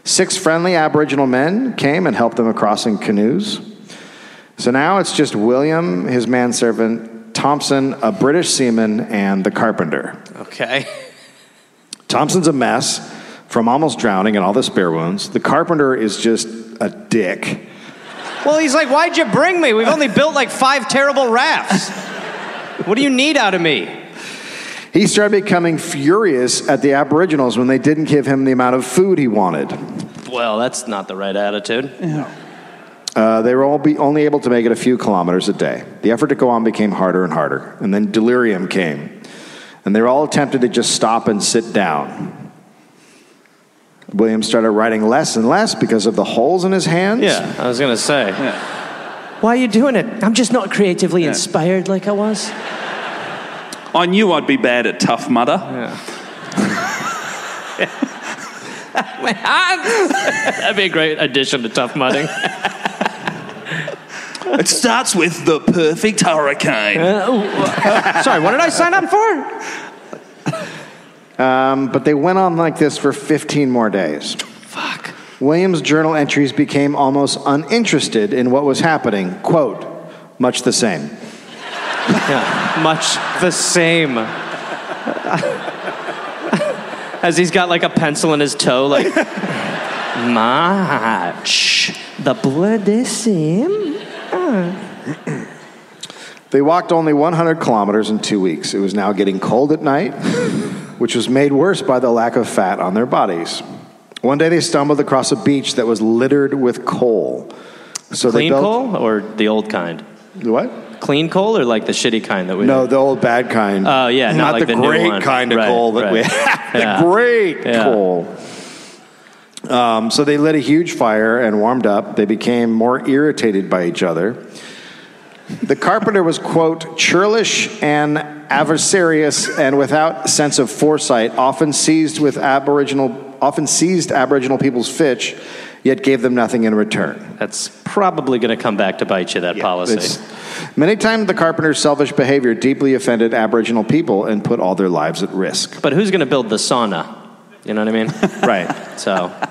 D: Six friendly Aboriginal men came and helped them across in canoes. So now it's just William, his manservant, Thompson, a British seaman, and the carpenter.
C: Okay.
D: Thompson's a mess from almost drowning and all the spear wounds. The carpenter is just a dick.
C: Well, he's like, why'd you bring me? We've only built like five terrible rafts. What do you need out of me?
D: He started becoming furious at the Aboriginals when they didn't give him the amount of food he wanted.
C: Well, that's not the right attitude.
D: Uh, they were all be only able to make it a few kilometers a day. The effort to go on became harder and harder, and then delirium came. And they were all tempted to just stop and sit down. William started writing less and less because of the holes in his hands.
C: Yeah, I was gonna say. Why are you doing it? I'm just not creatively inspired like I was.
E: I knew I'd be bad at tough mudder.
C: That'd be a great addition to tough mudding.
E: It starts with the perfect hurricane.
C: Sorry, what did I sign up for?
D: Um, but they went on like this for 15 more days.
C: Fuck.
D: William's journal entries became almost uninterested in what was happening. Quote, much the same.
C: Yeah, much the same. As he's got like a pencil in his toe, like March the bloody same.
D: They walked only 100 kilometers in two weeks. It was now getting cold at night, *laughs* which was made worse by the lack of fat on their bodies. One day they stumbled across a beach that was littered with coal. So they
C: Clean
D: built
C: coal or the old kind?
D: what?
C: Clean coal or like the shitty kind that we
D: No, the old bad kind.
C: Oh, yeah, not
D: not
C: like
D: the,
C: the new
D: great
C: one.
D: kind of
C: Right,
D: coal that we
C: right.
D: have. *laughs* the
C: Yeah.
D: great
C: Yeah.
D: coal. Um, so they lit a huge fire and warmed up. They became more irritated by each other. The carpenter was quote churlish and adversarious and without sense of foresight, often seized with Aboriginal, often seized Aboriginal people's fish, yet gave them nothing in return.
C: That's probably going to come back to bite you, that
D: It's-
C: policy.
D: many times the carpenter's selfish behavior deeply offended Aboriginal people and put all their lives at
F: *laughs*
D: risk.
C: But who's going to build the sauna? You know what
D: *laughs*
C: I
D: Right.
C: mean? so, *laughs*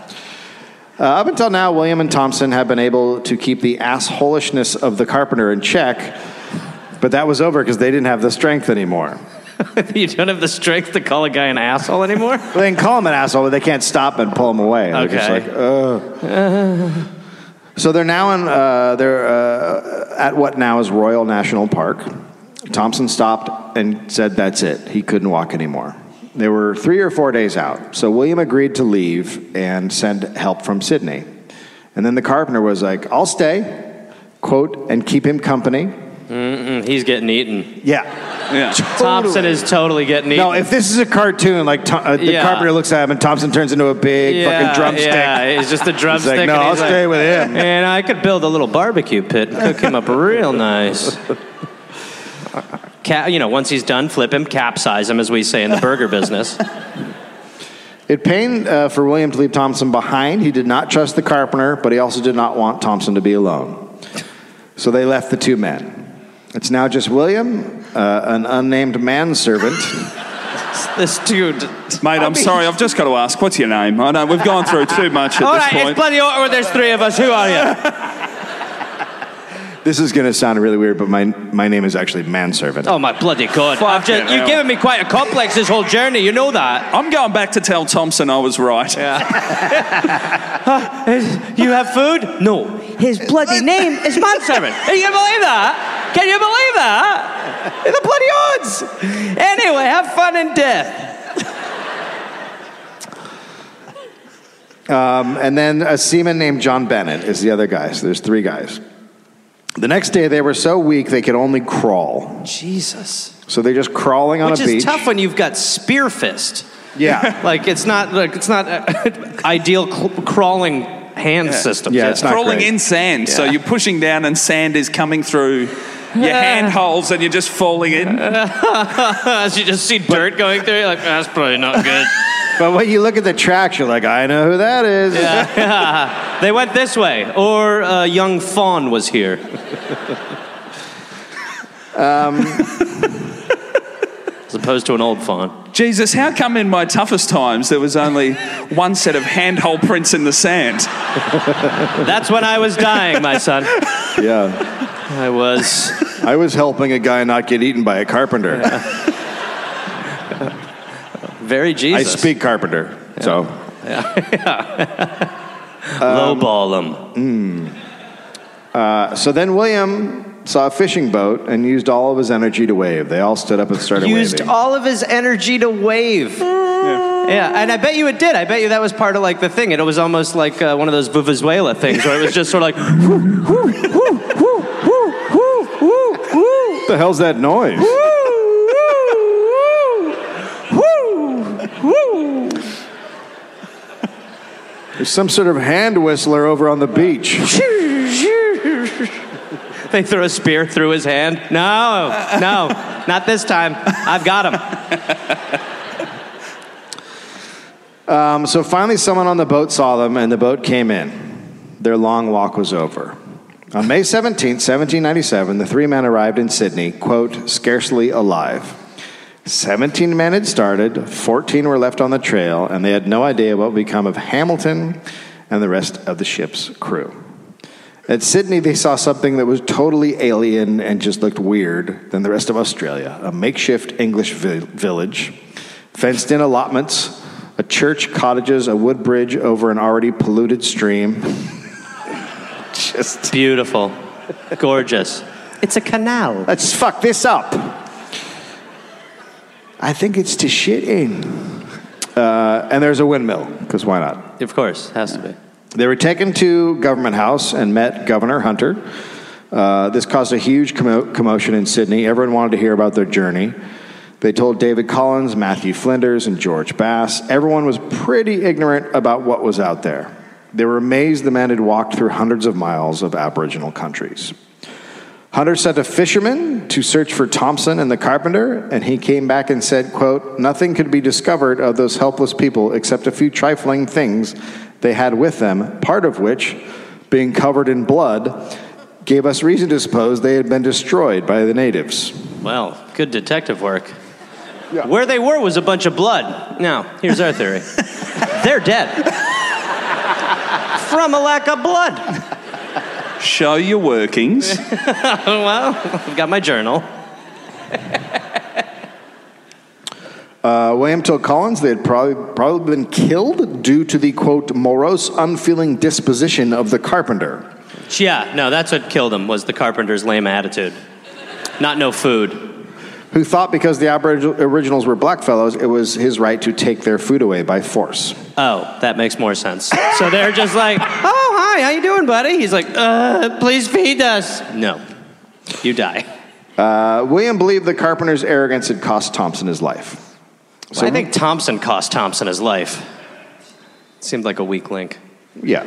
D: Uh, up until now, William and Thompson have been able to keep the assholishness of the carpenter in check, but that was over because they didn't have the strength anymore.
C: you don't have the strength to call a guy an asshole
D: *laughs*
C: anymore?
D: They can call him an asshole, but they can't stop and pull him away. They're just
C: Okay.
D: like, "Ugh." So they're now in, uh, they're uh, at what now is Royal National Park. Thompson stopped and said, "That's it. He couldn't walk anymore." They were three or four days out, so William agreed to leave and send help from Sydney. And then the carpenter was like, "I'll stay, quote, and keep him company."
C: Mm, He's getting eaten.
D: Yeah. *laughs*
E: Yeah.
C: Thompson is totally getting eaten.
D: No, if this is a cartoon, like Tom, uh, the
C: Yeah.
D: carpenter looks at him and Thompson turns into a big fucking drumstick.
C: Yeah, it's
D: *laughs*
C: just a drumstick.
D: no,
C: and
D: I'll
C: he's
D: stay with him.
C: Man, I could build a little barbecue pit and cook him up real nice. Ca- you know, once he's done, flip him, capsize him, as we say in the burger business. *laughs*
D: It pained uh, for William to leave Thompson behind. He did not trust the carpenter, but he also did not want Thompson to be alone. So they left the two men. It's now just William, uh, an unnamed manservant.
C: This dude.
E: Mate, I'm sorry. I've just got to ask, what's your name? I know we've gone through too much
C: *laughs*
E: at
C: All
E: this
C: right,
E: point.
C: it's bloody awkward. There's three of us. Who are you?
D: this is going to sound really weird, but my, my name is actually manservant.
C: Oh my bloody god! I've
E: Fucking
C: just, you've
E: hell.
C: given me quite a complex this whole journey. You know that.
E: I'm going back to tell Thompson I was right.
C: You have food? No. His bloody name is manservant. *laughs* Can you believe that? Can you believe that? The bloody odds. Anyway, have fun in death.
D: Um, and then a seaman named John Bennett is the other guy. So there's three guys. The next day, they were so weak they could only crawl.
C: Jesus.
D: So they're just crawling on
C: Which
D: a
C: is
D: beach.
C: tough when you've got spear fist.
D: Yeah.
C: Like it's not like it's not uh, *laughs* ideal cl- crawling hand system.
D: Yeah, it's not
E: crawling
D: great.
E: in sand. So you're pushing down, and sand is coming through your handholds, and you're just
C: *laughs*
E: falling in.
C: you just see dirt going through, you're like that's probably not
D: *laughs*
C: good.
D: *laughs* But when you look at the tracks, you're like, I know who that is.
C: they went this way, or uh, young fawn was here.
D: Um.
C: As opposed to an old fawn.
E: Jesus, how come in my toughest times there was only one set of handhold prints in the sand?
C: That's when I was dying, my son.
D: *laughs* yeah.
C: I was.
D: I was helping a guy not get eaten by a carpenter.
C: Very
D: I
C: Jesus.
D: speak carpenter. So
C: um, Lowball them.
D: Uh, so then William saw a fishing boat and used all of his energy to wave. They all stood up and started
C: Used
D: waving.
C: all of his energy to wave. Yeah, and I bet you it did. I bet you that was part of like the thing. It was almost like uh, one of those Vuvuzuela things where it was just sort of *laughs* like,
D: what the hell's that noise? There's some sort of hand whistler over on the beach.
C: *laughs* they throw a spear through his hand. No, no, not this time. I've got him.
D: Um, so finally, someone on the boat saw them, and the boat came in. Their long walk was over. On May 17, 1797, the three men arrived in Sydney, quote, scarcely alive. 17 men had started, 14 were left on the trail, and they had no idea what would become of Hamilton and the rest of the ship's crew. At Sydney, they saw something that was totally alien and just looked weird than the rest of Australia a makeshift English vi- village, fenced in allotments, a church, cottages, a wood bridge over an already polluted stream. just,
C: Beautiful, gorgeous. It's a canal.
D: let's fuck this up. I think it's to shit in. Uh, and there's a windmill, because why not?
C: Of course, has to be.
D: They were taken to Government House and met Governor Hunter. Uh, this caused a huge commo- commotion in Sydney. Everyone wanted to hear about their journey. They told David Collins, Matthew Flinders, and George Bass. Everyone was pretty ignorant about what was out there. They were amazed the men had walked through hundreds of miles of Aboriginal countries. Hunter sent a fisherman to search for Thompson and the carpenter, and he came back and said, quote, Nothing could be discovered of those helpless people except a few trifling things they had with them, part of which, being covered in blood, gave us reason to suppose they had been destroyed by the natives.
C: Well, good detective work. Where they were was a bunch of blood. Now, here's our theory they're dead. From a lack of blood.
E: Show your
C: *laughs*
E: workings.
C: well, I've got my journal.
D: Uh, William Till Collins, they had probably, probably been killed due to the, quote, morose, unfeeling disposition of the carpenter.
C: Yeah, no, that's what killed him was the carpenter's lame attitude. Not no food.
D: who thought because the Aboriginal originals were blackfellows, it was his right to take their food away by force.
C: Oh, that makes more sense. So they're just
D: *laughs*
C: like, oh, hi, how you doing, buddy? He's like, uh, please feed us. No, you die.
D: Uh, William believed the carpenter's arrogance had cost Thompson his life.
C: I think Thompson cost Thompson his life. Seemed like a weak link.
D: Yeah.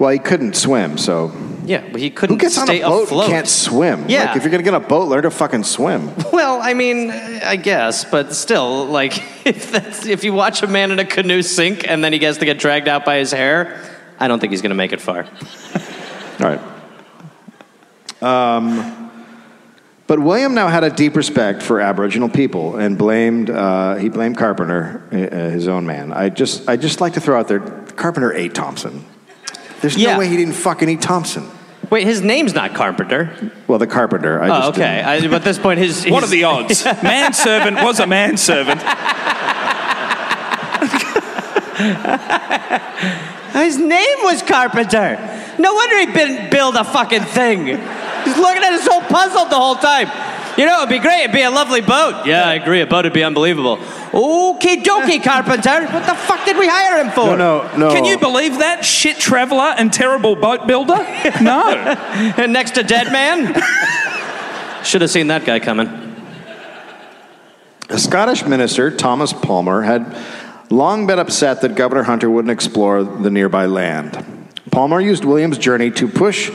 D: Well, he couldn't swim, so
C: Yeah, but he
D: who
C: couldn't
D: gets on
C: stay
D: a boat
C: afloat.
D: and can't swim?
C: Yeah.
D: Like, if you're gonna get on a boat, learn to
C: *laughs*
D: fucking swim.
C: Well, I mean, I guess, but still, like, *laughs* if that's if you watch a man in a canoe sink and then he gets to get dragged out by his hair, I don't think he's gonna make it far.
D: All right. Um, but William now had a deep respect for Aboriginal people and blamed uh, he blamed Carpenter, uh, his own man. I just I just like to throw out there, Carpenter ate Thompson. There's
C: Yeah.
D: no way he didn't fucking eat Thompson.
C: Wait, his name's not Carpenter.
D: Well, the Carpenter. I
C: Oh,
D: just
C: okay.
D: didn't-
C: I, but at this point, his
E: What are the odds? Manservant was a manservant.
C: His name was Carpenter. No wonder he didn't build a fucking thing. He's looking at his whole puzzle the whole time. You know, it'd be great. It'd be a lovely boat. Yeah, I agree. A boat would be unbelievable. Okay, dokie, Carpenter. What the fuck did we hire him for?
D: Oh, No, no, no.
E: Can you believe that? Shit traveller and terrible boat builder? *laughs* No.
C: And next to Dead Man? Should have seen that guy coming.
D: A Scottish minister, Thomas Palmer, had long been upset that Governor Hunter wouldn't explore the nearby land. Palmer used William's journey to push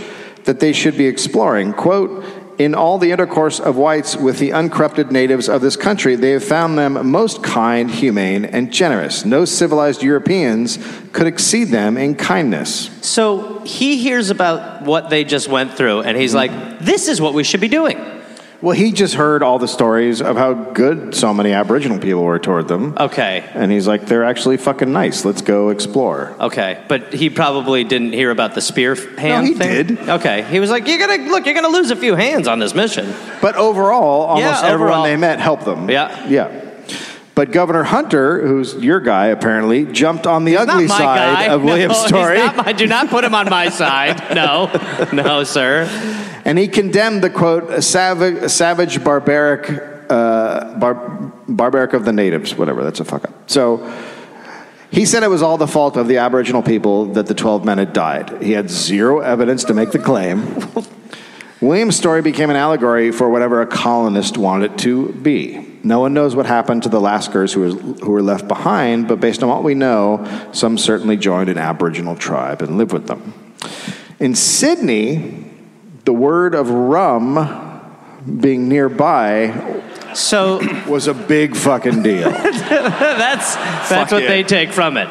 D: that they should be exploring, quote, in all the intercourse of whites with the uncorrupted natives of this country, they have found them most kind, humane, and generous. No civilized Europeans could exceed them in kindness.
C: So he hears about what they just went through, and he's like, this is what we should be doing.
D: Well, he just heard all the stories of how good so many Aboriginal people were toward them.
C: Okay,
D: And he's like, they're actually fucking nice. Let's go explore.
C: okay. But he probably didn't hear about the spear f- hand
D: he
C: thing.
D: did.
C: Okay, he was like, you're gonna, look, you're gonna lose a few hands on this mission.
D: But overall, almost
C: Yeah,
D: everyone
C: overall.
D: they met helped them.
C: Yeah.
D: Yeah. But Governor Hunter, who's your guy apparently, jumped on the ugly
C: not my guy.
D: side of William's
C: *laughs* no, he's
D: story.
C: not my- do not put him on my
D: *laughs*
C: side. No, no, sir.
D: And he condemned the quote, savage, savage barbaric, uh, bar- barbaric of the natives, whatever, that's a fuck up. So he said it was all the fault of the Aboriginal people that the 12 men had died. He had zero evidence to make the claim. *laughs* William's story became an allegory for whatever a colonist wanted it to be. No one knows what happened to the Lascars who, was, who were left behind, but based on what we know, some certainly joined an Aboriginal tribe and lived with them. In Sydney, the word of rum being nearby
C: *laughs* So
D: was a big
C: *laughs*
D: fucking deal.
C: that's that's what
E: yeah.
C: they take from it.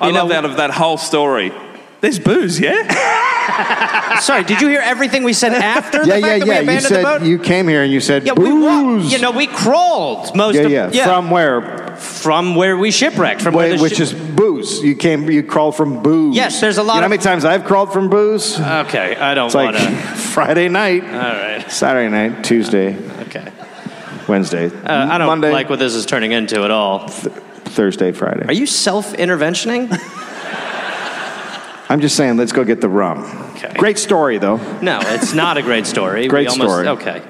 E: I
C: You know,
E: love that of that whole story. There's booze, yeah?
C: Sorry, did you hear everything we *laughs* said after the
D: yeah,
C: fact
D: yeah,
C: that we
D: yeah. You
C: abandoned the
D: said
C: boat?
D: you came here and you said
C: yeah, we walked.
D: booze.
C: You know, we crawled most
D: yeah,
C: of
D: yeah, From where?
C: from where we shipwrecked. From where
D: Wait,
C: the
D: which
C: shi-
D: is booze. You came. You crawled from booze.
C: Yes, there's a lot
D: You know how
C: of-
D: many times I've crawled from booze?
C: okay. I don't
D: it's like
C: want to.
D: *laughs* Friday night,
C: All right.
D: Saturday night, Tuesday,
C: Okay.
D: Wednesday,
C: Uh, I don't
D: Monday,
C: like what this is turning into at all.
D: Thursday, Friday.
C: Are you self-interventioning?
D: I'm just saying, let's go get the rum.
C: Okay.
D: Great story though.
C: no, it's not a great story.
D: Great
C: we almost,
D: story.
C: Okay.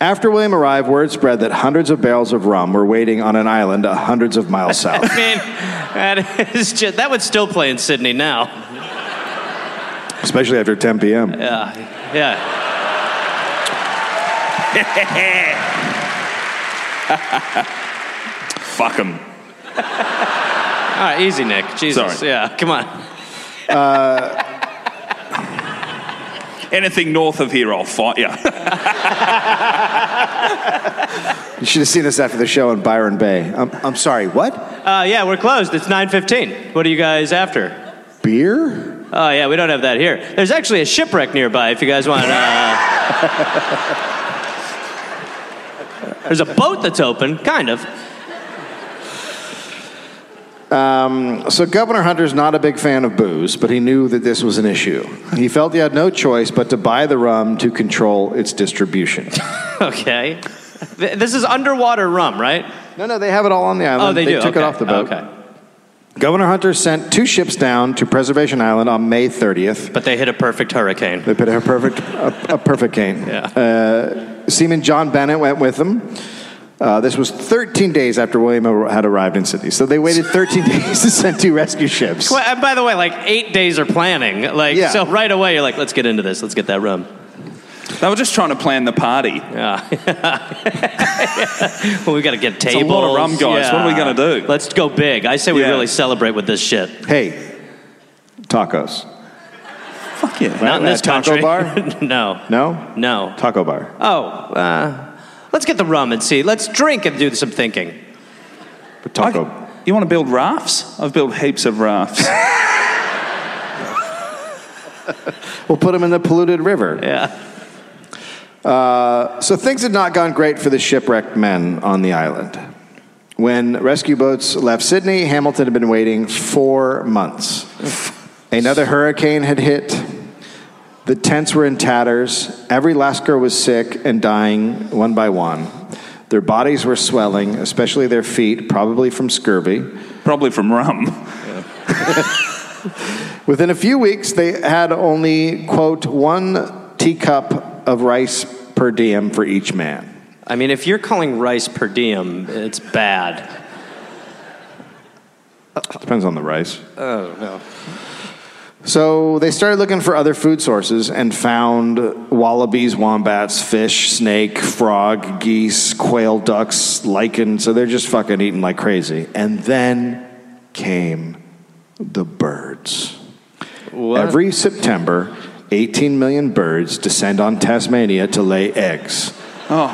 D: After William arrived, word spread that hundreds of barrels of rum were waiting on an island uh, hundreds of *laughs* miles south.
C: I mean, that is just, that would still play in Sydney now.
D: especially after 10 p.m.
C: Yeah. Yeah.
E: Fuck them.
C: All right. Ah, Easy, Nick. Jesus.
E: Sorry.
C: Yeah. Come on.
E: Anything north of here, I'll fight *laughs* you.
D: You should have seen us after the show in Byron Bay. I'm, I'm sorry, what?
F: Uh, yeah, we're closed. It's 9.15. What are you guys after?
D: Beer?
F: Oh, yeah, we don't have that here. There's actually a shipwreck nearby if you guys want to... Uh...
C: *laughs*
F: There's a boat that's open, kind
C: *laughs*
F: of.
D: So, Governor Hunter's not a big fan of booze, but he knew that this was an issue. He felt he had no choice but to buy the rum to control its *laughs* distribution.
F: Okay. Th- This is underwater rum, right?
D: No, no, they have it all on the island.
F: Oh, they, do.
D: took
F: Okay.
D: it off the boat.
F: Okay.
D: Governor Hunter sent two ships down to Preservation Island on May 30th.
F: But they hit a perfect hurricane.
D: They put a perfect, a, a perfect cane.
F: Yeah.
D: Uh, Seaman John Bennett went with them. Uh, this was 13 days after William ar- had arrived in Sydney. So they waited 13 *laughs* days to send two rescue ships.
F: Well, Uh, and by the way, like eight days are planning. Like
D: Yeah.
F: so, right away you're like, let's get into this. Let's get that rum.
E: They were just trying to plan the party.
F: Yeah. well, we got to get tables.
E: a lot of rum, guys. What are we gonna do?
F: Let's go big. I say we
E: Yeah.
F: really celebrate with this shit.
D: Hey, tacos.
E: Fuck yeah.
F: Not in this
D: uh, taco
F: country. *laughs*
D: bar?
F: no.
D: No?
F: No.
D: Taco bar.
F: Oh, uh, let's get the rum and see. Let's drink and do some thinking.
D: Taco.
E: I- you want to build rafts? I've built heaps of *laughs* rafts.
D: We'll put them in the polluted river.
F: Yeah.
D: So things had not gone great for the shipwrecked men on the island. When rescue boats left Sydney, Hamilton had been waiting four months. Another hurricane had hit. The tents were in tatters. Every Lascar was sick and dying one by one. Their bodies were swelling, especially their feet, probably from scurvy.
E: Probably from rum.
D: Within a few weeks, they had only, quote, one teacup of rice per diem for each man.
F: I mean, if you're calling rice per diem, it's bad.
D: Depends on the rice. Oh, no. So they started looking for other food sources and found wallabies, wombats, fish, snake, frog, geese, quail, ducks, lichen. So they're just fucking eating like crazy. And then came the birds. Every September, 18 million birds descend on Tasmania to lay eggs.
E: Oh,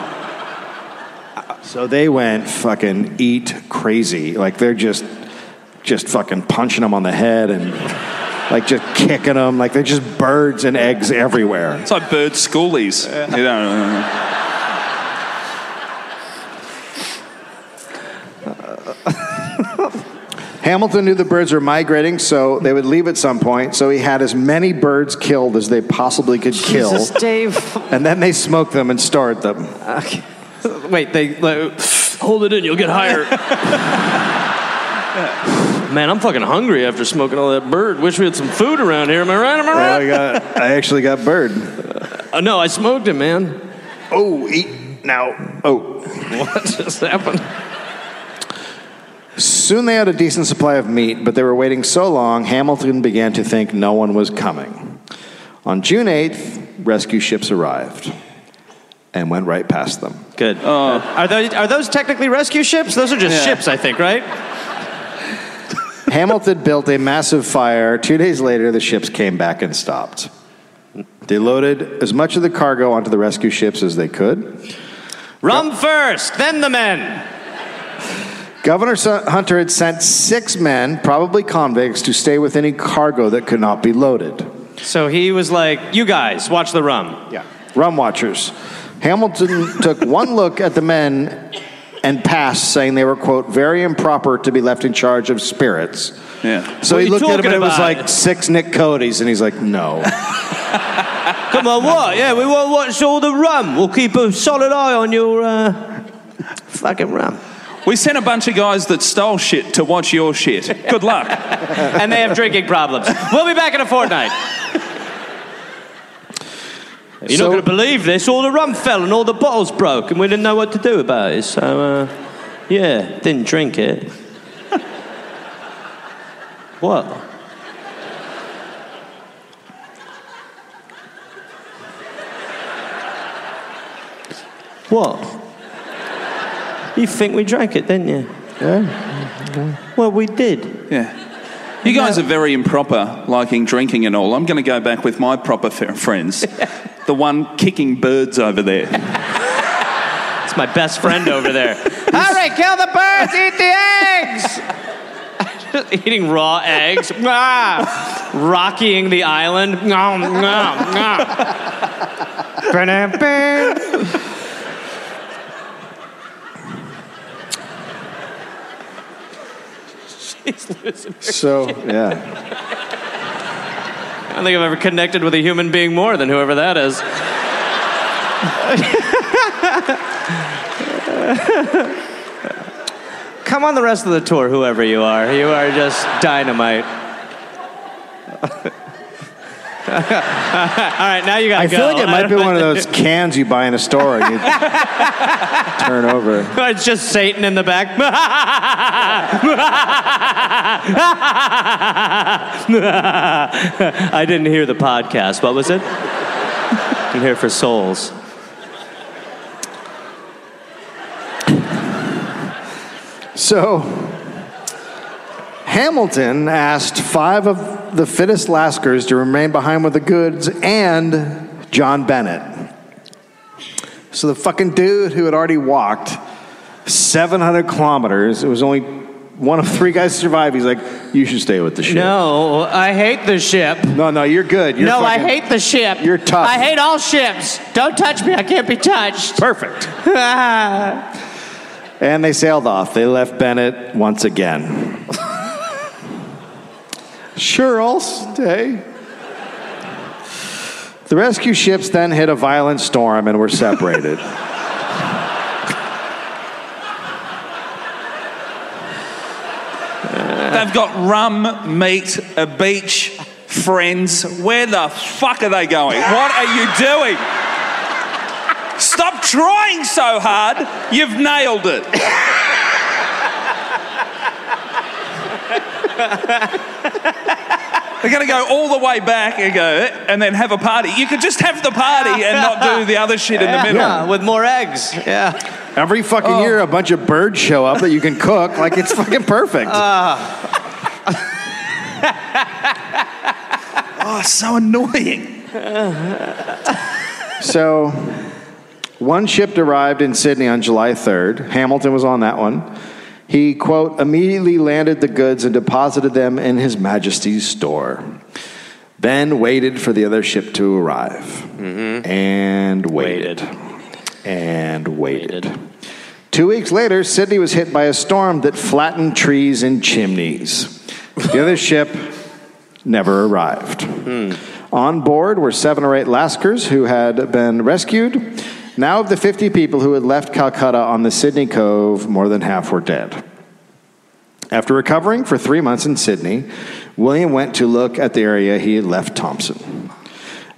D: So they went fucking eat crazy. Like they're just just fucking punching them on the head and like just kicking them. Like they're just birds and eggs everywhere.
E: it's like bird schoolies. You know,
D: Hamilton knew the birds were migrating, so they would leave at some point. So he had as many birds killed as they possibly could kill.
F: Jesus, Dave. Uh.
D: And then they smoked them and stored them.
F: Okay. *laughs* Wait, they like, hold it in. You'll get *laughs* higher. Man, I'm fucking hungry after smoking all that bird. Wish we had some food around here. Am I right? Am I
D: Well, I,
F: right?
D: got, I actually got bird.
F: Uh, no, I smoked it, man.
D: Oh, eat now. Oh.
F: What just happened?
D: Soon they had a decent supply of meat, but they were waiting so long, Hamilton began to think no one was coming. On June 8th, rescue ships arrived and went right past them.
F: Good. Oh. are those are those technically rescue ships? Those are just ships, I think, right?
D: Hamilton built a massive fire. Two days later, the ships came back and stopped. They loaded as much of the cargo onto the rescue ships as they could.
F: Rum first, then the men.
D: Governor Su- Hunter had sent six men, probably convicts, to stay with any cargo that could not be loaded.
F: So he was like, "You guys, watch the rum."
D: Yeah. Rum watchers. Hamilton took one look at the men and passed, saying they were, quote, very improper to be left in charge of spirits.
E: yeah.
D: So
F: What
D: he
F: you
D: looked at him
F: talking
D: and it was
F: about?
D: like six Nick Cody's, and he's like,
F: *laughs*
D: no.
F: Come on, what? Oh, Yeah, we want to watch all the rum. We'll keep a solid eye on your uh, fucking rum.
E: uh, We sent a bunch of guys that stole shit to watch your shit. Good luck.
F: *laughs* and they have drinking problems. We'll be back in a fortnight. You're
D: So-
F: not going to believe this. All the rum fell and all the bottles broke, and we didn't know what to do about it. So, uh, yeah, didn't drink it. *laughs* what? What? You think we drank it, didn't you?
D: Yeah.
F: Well, we did.
E: Yeah. You guys are very improper, liking drinking and all. I'm going to go back with my proper f- *laughs* friends, the one kicking birds over there.
C: It's my best friend over *laughs* there. Hurry, kill the birds, eat the eggs! *laughs* Eating raw eggs, ah, rockying the island. Nom, nom, nom. Ba-dum-bum.
D: So yeah,
C: I don't think I've ever connected with a human being more than whoever that
F: *laughs*
C: is. Come on the rest of the tour, whoever you are. You are just
F: *laughs*
C: dynamite. All right, now you got to
D: I
C: go.
D: feel like it
C: I
D: might
F: *laughs*
C: don't-
D: be one of those cans you buy in a store and you
F: *laughs*
D: turn over.
C: It's just Satan in the back. *laughs* I didn't hear the podcast. What was it? I'm here for souls.
D: So Hamilton asked five of the fittest Lascars to remain behind with the goods and John Bennett. So the fucking dude who had already walked 700 kilometers, it was only one of three guys to survive. He's like, you should stay with the ship.
C: No, Oh, I hate the ship.
D: no, no, you're good. You're
C: no, I
D: fucking-
C: hate the ship.
D: you're tough.
C: I hate all ships. Don't touch me. I can't be touched.
D: Perfect.
C: Ah.
D: *laughs* And they sailed off. They left Bennett once again. *laughs* sure, I'll stay. The rescue ships then hit a violent storm and were separated.
E: They've got rum, meat, a beach, friends. Where the fuck are they going? What are you doing? Stop trying so hard. You've nailed it. They're going to go all the way back and go, eh, and then have a party. You could just have the party and not do the other shit in the middle.
C: Yeah, Uh, with more eggs. Yeah.
D: Every fucking year, a bunch of birds show up that you can cook. Like, it's fucking perfect.
E: *laughs* Oh, so annoying.
D: *laughs* So, one ship arrived in Sydney on July 3rd. Hamilton was on that one. He, quote, immediately landed the goods and deposited them in His Majesty's store. Then waited for the other ship to arrive. And waited. And waited. Two weeks later, Sydney was hit by a storm that flattened trees and chimneys. The other ship never arrived. On board were seven or eight Lascars who had been rescued. Now, of the 50 people who had left Calcutta on the Sydney Cove, more than half were dead. After recovering for three months in Sydney, William went to look at the area he had left Thompson.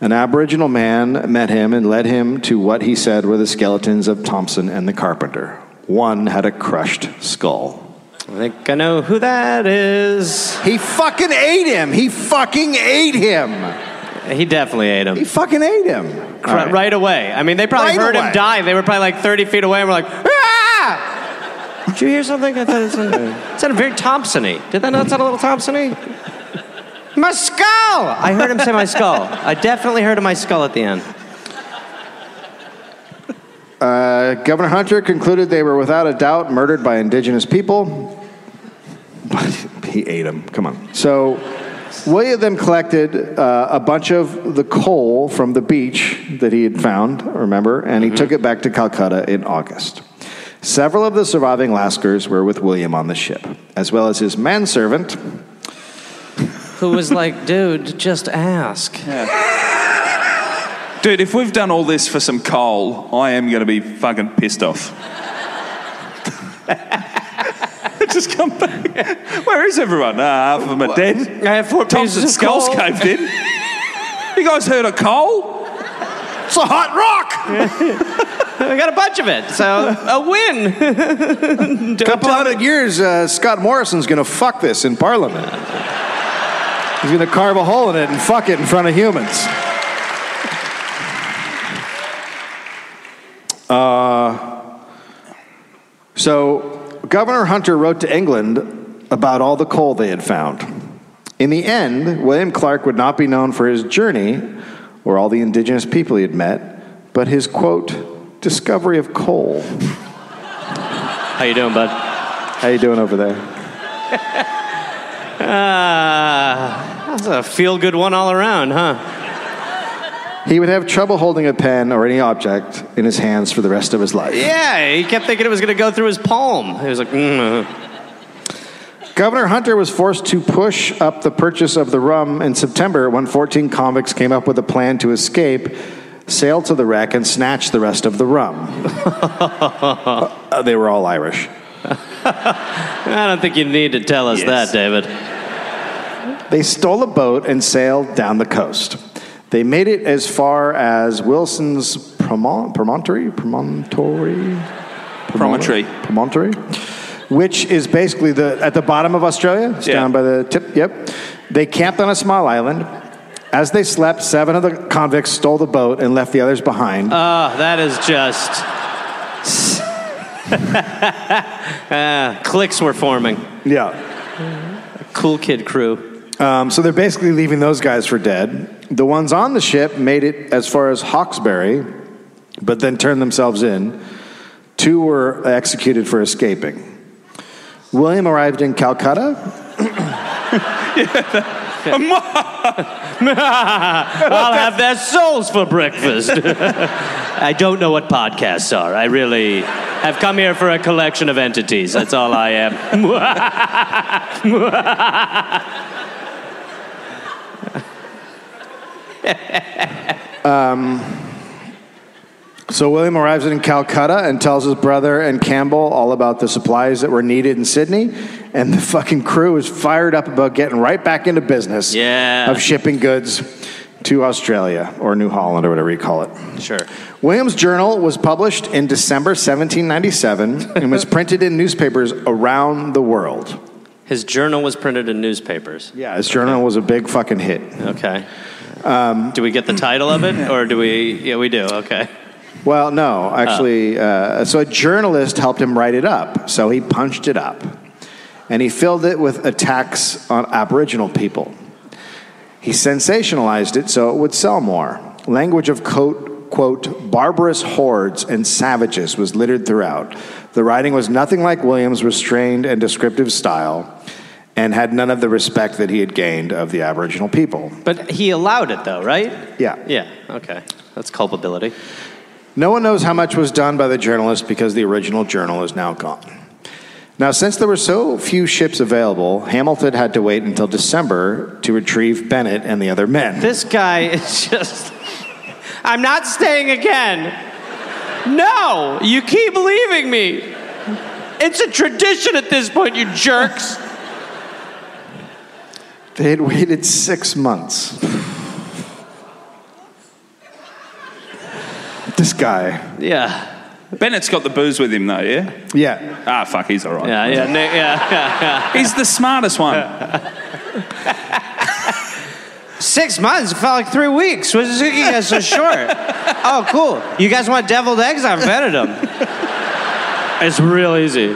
D: An Aboriginal man met him and led him to what he said were the skeletons of Thompson and the carpenter. One had a crushed skull.
C: I think I know who that is.
D: He fucking ate him! He fucking ate him!
C: He definitely ate him.
D: He fucking ate him.
C: Cr- right. away. I mean, they probably
D: Right
C: heard
D: away.
C: him die. They were probably like 30 feet away and were like, ah! Did you hear something? I thought it sounded, it sounded very Thompson-y. Did that not sound a little Thompson-y? My skull! I heard him say my skull. I definitely heard my skull at the end.
D: Uh, Governor Hunter concluded they were without a doubt murdered by indigenous people. *laughs* he ate them. Come on. So William then collected uh, a bunch of the coal from the beach that he had found, remember, and he took it back to Calcutta in August. Several of the surviving Lascars were with William on the ship, as well as his manservant,
C: Who was like, dude, just ask.
E: Dude, if we've done all this for some coal, I am going to be fucking pissed off. *laughs* Just come back. Where is everyone? Ah, half of them are dead.
C: I have four pieces
E: Thompson
C: of
E: Skulls
C: skull.
E: caved in. You guys heard of coal? It's a hot rock.
C: I got a bunch of it, so a win. *laughs*
D: couple hundred years, uh, Scott Morrison's going to fuck this in Parliament. He's going to carve a hole in it and fuck it in front of humans. Uh, so, Governor Hunter wrote to England about all the coal they had found. In the end, William Clark would not be known for his journey or all the indigenous people he had met, but his quote, discovery of coal.
C: How you doing, bud?
D: How you doing over there?
C: Ah, that's a feel-good one all around, huh?
D: He would have trouble holding a pen or any object in his hands for the rest of his life.
C: Yeah, he kept thinking it was going to go through his palm. He was like, mm.
D: Governor Hunter was forced to push up the purchase of the rum in September when 14 convicts came up with a plan to escape, sail to the wreck, and snatch the rest of the rum. Uh, they were all Irish.
C: I don't think you need to tell us that,
E: Yes.
C: David.
D: They stole a boat and sailed down the coast. They made it as far as Wilson's Promon- Promontory? Promontory?
E: Promontory.
D: Promontory, which is basically the at the bottom of Australia. It's
E: Yeah.
D: down by the tip. Yep. They camped on a small island. As they slept, seven of the convicts stole the boat and left the others
E: Uh.
D: behind.
C: Oh, that is just. *laughs* Ah, clicks were forming.
D: yeah.
C: Cool kid crew.
D: Um, so they're basically leaving those guys for dead. The ones on the ship made it as far as Hawkesbury, but then turned themselves in. Two were executed for escaping. William arrived in Calcutta.
C: I'll have their souls for breakfast. *laughs* I don't know what podcasts are. I really have come here for a collection of entities. That's all I am.
D: So William arrives in Calcutta and tells his brother and Campbell all about the supplies that were needed in Sydney, and the fucking crew is fired up about getting right back into business
C: Yeah.
D: of shipping goods to Australia or New Holland or whatever you call it.
C: Sure.
D: William's journal was published in December 1797 and was printed in newspapers around the world.
C: His journal was printed in newspapers.
D: Yeah, his journal was a big fucking hit.
C: Okay. do we get the title of it, or do we? Yeah, we do. Okay.
D: Well, no, actually, uh, so a journalist helped him write it up. So he punched it up. And he filled it with attacks on Aboriginal people. He sensationalized it so it would sell more. Language of quote, quote, barbarous hordes and savages was littered throughout. The writing was nothing like Williams' restrained and descriptive style and had none of the respect that he had gained of the Aboriginal people.
C: But he allowed it, though, right?
D: Yeah.
C: Yeah. Okay. That's culpability.
D: No one knows how much was done by the journalist because the original journal is now gone. Now, since there were so few ships available, Hamilton had to wait until December to retrieve Bennett and the other men.
C: This guy is just. I'm not staying again. No, you keep leaving me. It's a tradition at this point, you jerks.
D: They had waited six months. this guy.
C: Yeah.
E: Bennett's got the booze with him, though, yeah?
D: Yeah.
E: Ah, fuck, he's all right.
C: Yeah. Yeah. Nick- yeah, yeah.
E: He's the smartest one.
C: Six months felt like three weeks. What is it you guys so short? oh, cool. You guys want deviled eggs? I vetted them. it's real easy.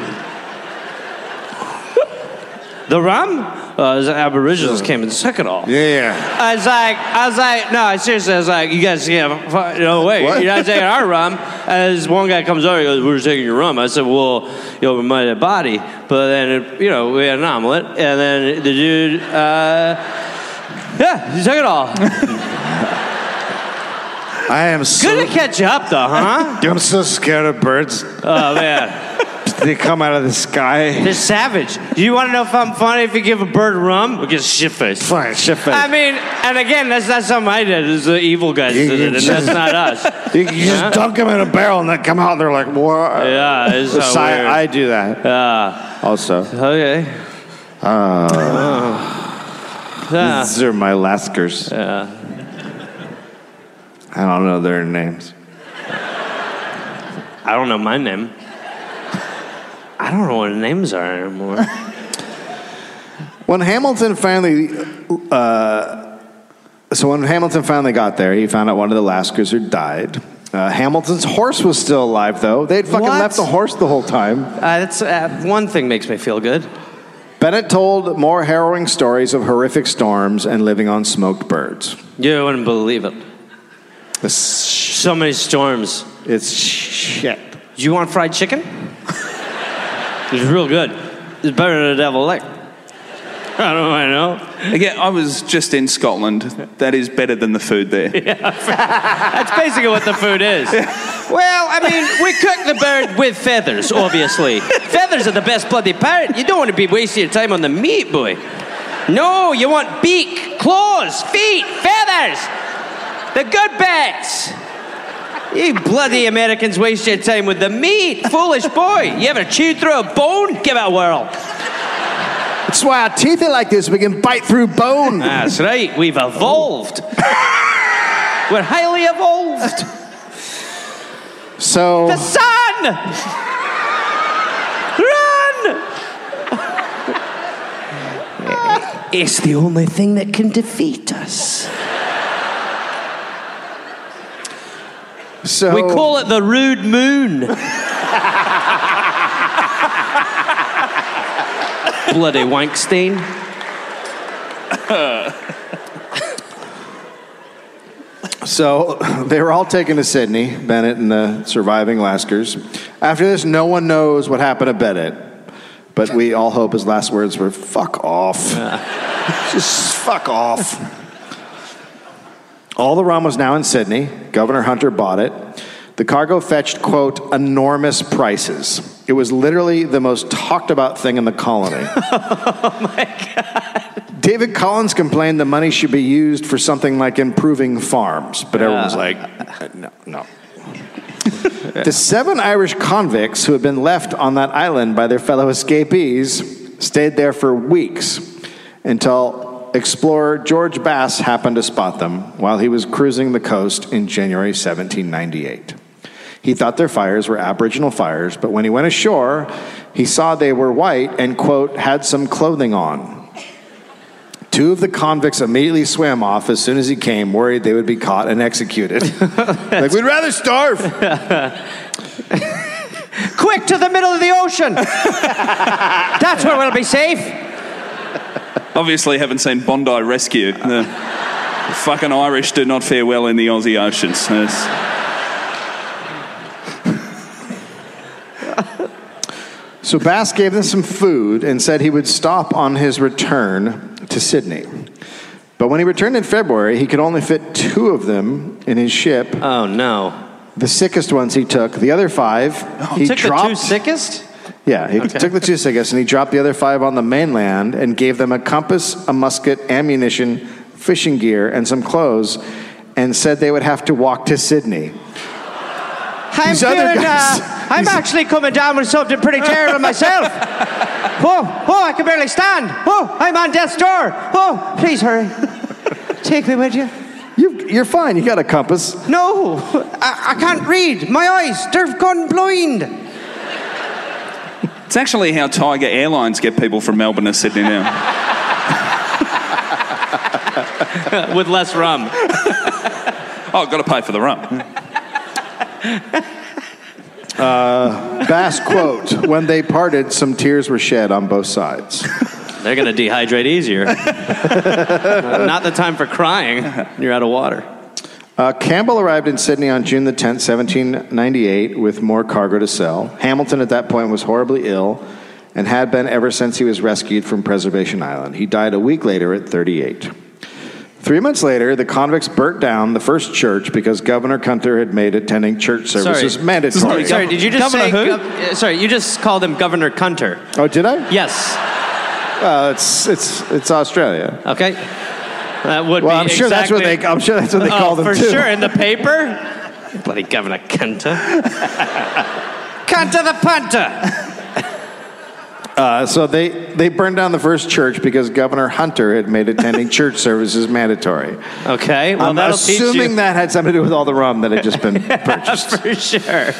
C: the rum? Uh, the Aboriginals came and suck it all.
D: Yeah.
C: I was like, I was like, no, seriously, I was like, you guys, yeah, fu- no way,
D: What?
C: you're not taking our rum. And this one guy comes over, he goes, we were taking your rum. I said, well, you know, we might have body, but then, it, you know, we had an omelet, and then the dude, uh, yeah, he took it
D: *laughs*
C: all.
D: I am so,
C: Good to catch you up, though, huh?
D: I'm so scared of birds.
C: oh man,
D: They come out of the sky.
C: they're savage. Do you want to know if I'm funny if you give a bird rum? We'll get shit faced.
D: Fine, shit face.
C: I mean, and again, that's not something I did. It's the evil guys
D: You-
C: did it,
D: you
C: and that's
D: just-
C: not
D: *laughs*
C: us.
D: You, you just dunk them in a barrel and they come out and they're like, what?
C: Yeah, it's so
D: Si-
C: weird.
D: I do that
C: Ah,
D: also.
C: okay. Ah.
D: These are my Laskers.
C: Yeah.
D: I don't know their names.
C: I don't know my name. I don't know what names are anymore.
D: When Hamilton finally, uh, so when Hamilton finally got there, he found out one of the Laskers had died. Uh, Hamilton's horse was still alive, though. They'd fucking
C: What?
D: left the horse the whole time.
C: Uh, that's uh, one thing makes me feel good.
D: Bennett told more harrowing stories of horrific storms and living on smoked birds.
C: You wouldn't believe it.
D: This
C: So many storms.
D: It's shit.
C: You want fried chicken? it's real good. It's better than a devil leg. How do I know?
E: Again, I was just in Scotland. That is better than the food there.
C: That's basically what the food is. *laughs* Well, I mean, we cook the bird with feathers, obviously. feathers are the best bloody parrot. You don't want to be wasting your time on the meat, boy. No, you want beak, claws, feet, feathers. The good bits. You bloody Americans waste your time with the meat. Foolish boy. You ever chew through a bone? Give it a whirl.
D: That's why our teeth are like this. We can bite through bone.
C: That's right, we've evolved. *laughs* We're highly evolved.
D: So
C: The sun! Run! it's the only thing that can defeat us.
D: so
C: We call it the rude moon. Bloody Wankstein.
D: So they were all taken to Sydney, Bennett and the surviving Laskers. After this, no one knows what happened to Bennett, but we all hope his last words were "fuck off." *laughs* Just fuck off. All the rum was now in Sydney. Governor Hunter bought it. The cargo fetched, quote, enormous prices. It was literally the most talked about thing in the colony. David Collins complained the money should be used for something like improving farms, but everyone's like, uh, no, no. the seven Irish convicts who had been left on that island by their fellow escapees stayed there for weeks until explorer George Bass happened to spot them while he was cruising the coast in January 1798. He thought their fires were Aboriginal fires, but when he went ashore, he saw they were white and, quote, had some clothing on. Two of the convicts immediately swam off as soon as he came, worried they would be caught and executed.
C: *laughs*
D: like, we'd rather starve.
C: Quick to the middle of the ocean! That's where we'll be safe!
E: Obviously, haven't seen Bondi Rescue. The fucking Irish do not fare well in the Aussie oceans. It's-
D: So Bass gave them some food and said he would stop on his return to Sydney. But when he returned in February, he could only fit two of them in his ship.
C: Oh no. Oh,
D: The sickest ones he took. The other five, he
C: took
D: dropped.
C: the two sickest?
D: Yeah, he took the two sickest and he dropped the other five on the mainland and gave them a compass, a musket, ammunition, fishing gear, and some clothes, and said they would have to walk to Sydney.
C: I'm
D: These other
C: feeling,
D: guys-
C: uh, *laughs* I'm actually coming down with something pretty terrible
D: *laughs*
C: myself. Whoa, whoa, I can barely stand. Whoa, I'm on death's door. Whoa, please
D: *laughs*
C: hurry. Take me with you.
D: You, you're fine. You got a compass.
C: No, I, I can't read. My eyes, they're gone blind.
E: It's actually how Tiger Airlines get people from Melbourne to Sydney *laughs* now.
C: *laughs* With less rum.
E: Oh, got to pay for the rum.
D: Bass quote: "When they parted, some tears were shed on both sides."
C: They're going to dehydrate *laughs* easier. Not the time for crying. You're out of water.
D: Uh, Campbell arrived in Sydney on June the 10th, 1798, with more cargo to sell. Hamilton at that point was horribly ill and had been ever since he was rescued from Preservation Island. He died a week later at 38. Three months later, the convicts burnt down the first church because Governor Cunter had made attending church services
C: Sorry.
D: mandatory.
C: Sorry, did you just
E: Governor
C: say?
E: who?
C: gov- uh, sorry, you just called him Governor Cunter.
D: Oh, did I?
C: Yes.
D: Well, it's, it's, it's Australia.
C: Okay. That would
D: Well,
C: be
D: I'm sure that's what
C: exactly-
D: they. I'm sure that's what they
C: *laughs* Oh,
D: call them
C: for
D: too.
C: sure in the paper. *laughs* Bloody Governor *laughs* Cunter. Cunter the punter.
D: Uh, so they, they burned down the first church because Governor Hunter had
C: *laughs*
D: made attending church services mandatory.
C: Okay. Well,
D: I'm
C: that'll teach
D: assuming
C: you.
D: that had something to do with all the rum that had just
C: *laughs*
D: been purchased.
C: for sure.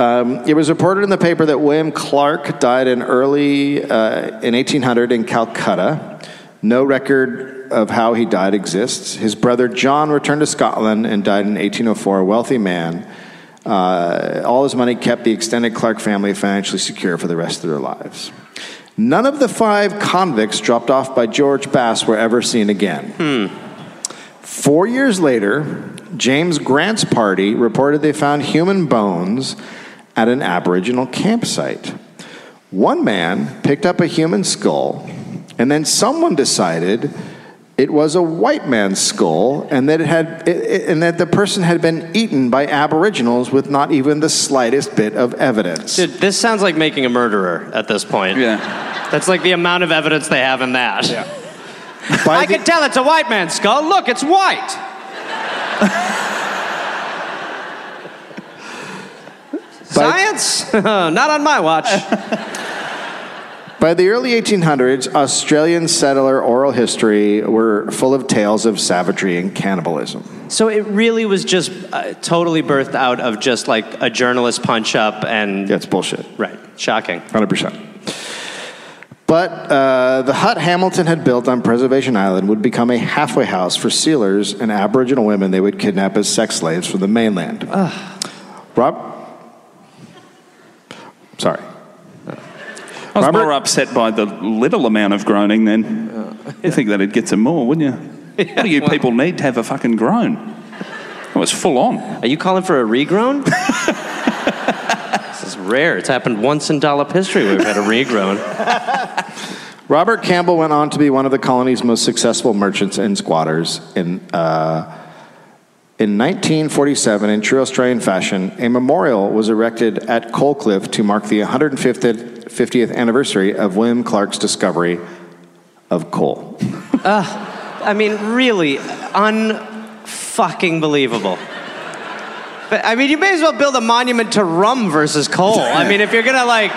D: Um, it was reported in the paper that William Clark died in early uh, in 1800 in Calcutta. No record of how he died exists. His brother John returned to Scotland and died in 1804, a wealthy man. Uh, all his money kept the extended Clark family financially secure for the rest of their lives. None of the five convicts dropped off by George Bass were ever seen again. Four years later, James Grant's party reported they found human bones at an Aboriginal campsite. One man picked up a human skull, and then someone decided it was a white man's skull and that, it had, it- it- and that the person had been eaten by Aboriginals with not even the slightest bit of evidence.
C: Dude, this sounds like making a murderer at this point.
E: Yeah.
C: That's like the amount of evidence they have in that. *laughs*
D: By
C: I
D: the-
C: can tell it's a white man's skull. Look, it's white. Science? *laughs* Not on my watch.
D: By the early 1800s, Australian settler oral history were full of tales of savagery and cannibalism.
C: so it really was just uh, totally birthed out of just like a journalist punch up and.
D: That's bullshit.
C: Right. Shocking.
D: 100%. But uh, the hut Hamilton had built on Preservation Island would become a halfway house for sealers and Aboriginal women they would kidnap as sex slaves from the mainland. Rob? Sorry.
E: I was
D: Robert?
E: more upset by the little amount of groaning then. you think that'd get some more, wouldn't you? what do you people need to have a fucking groan? It was full on.
C: Are you calling for a *laughs* regrown? this is rare. It's happened once in dollop history. We've had a regrown.
D: Robert Campbell went on to be one of the colony's most successful merchants and squatters. In, uh, in 1947, in true Australian fashion, a memorial was erected at Coalcliff to mark the 150th 50th anniversary of William Clark's discovery of coal.
C: I mean, really, unfucking believable. But I mean, you may as well build a monument to rum versus coal. I mean, if you're gonna like,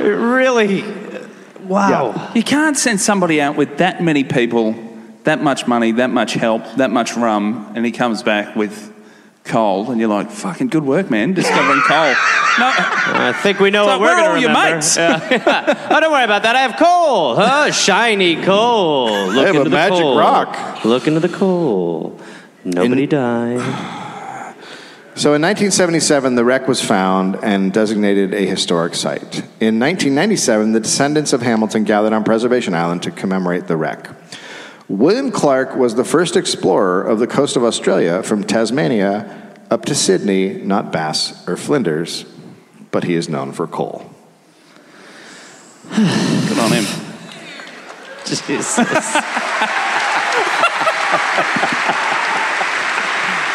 C: really, wow.
E: You can't send somebody out with that many people, that much money, that much help, that much rum, and he comes back with coal, and you're like, fucking good work, man, discovering coal. *laughs* No,
C: I think we know what
E: It's like,
C: we're
E: where
C: gonna
E: are all your
C: remember.
E: mates?
C: Yeah. oh, don't worry about that. I have coal. Huh? Shiny coal. *laughs* Look
D: have a
C: into the
D: magic
C: coal.
D: rock.
C: Look into the coal. Nobody died.
D: So in 1977, the wreck was found and designated a historic site. In 1997, the descendants of Hamilton gathered on Preservation Island to commemorate the wreck. William Clark was the first explorer of the coast of Australia from Tasmania up to Sydney, not Bass or Flinders, but he is known for coal.
E: good on him.
C: Jesus. *laughs*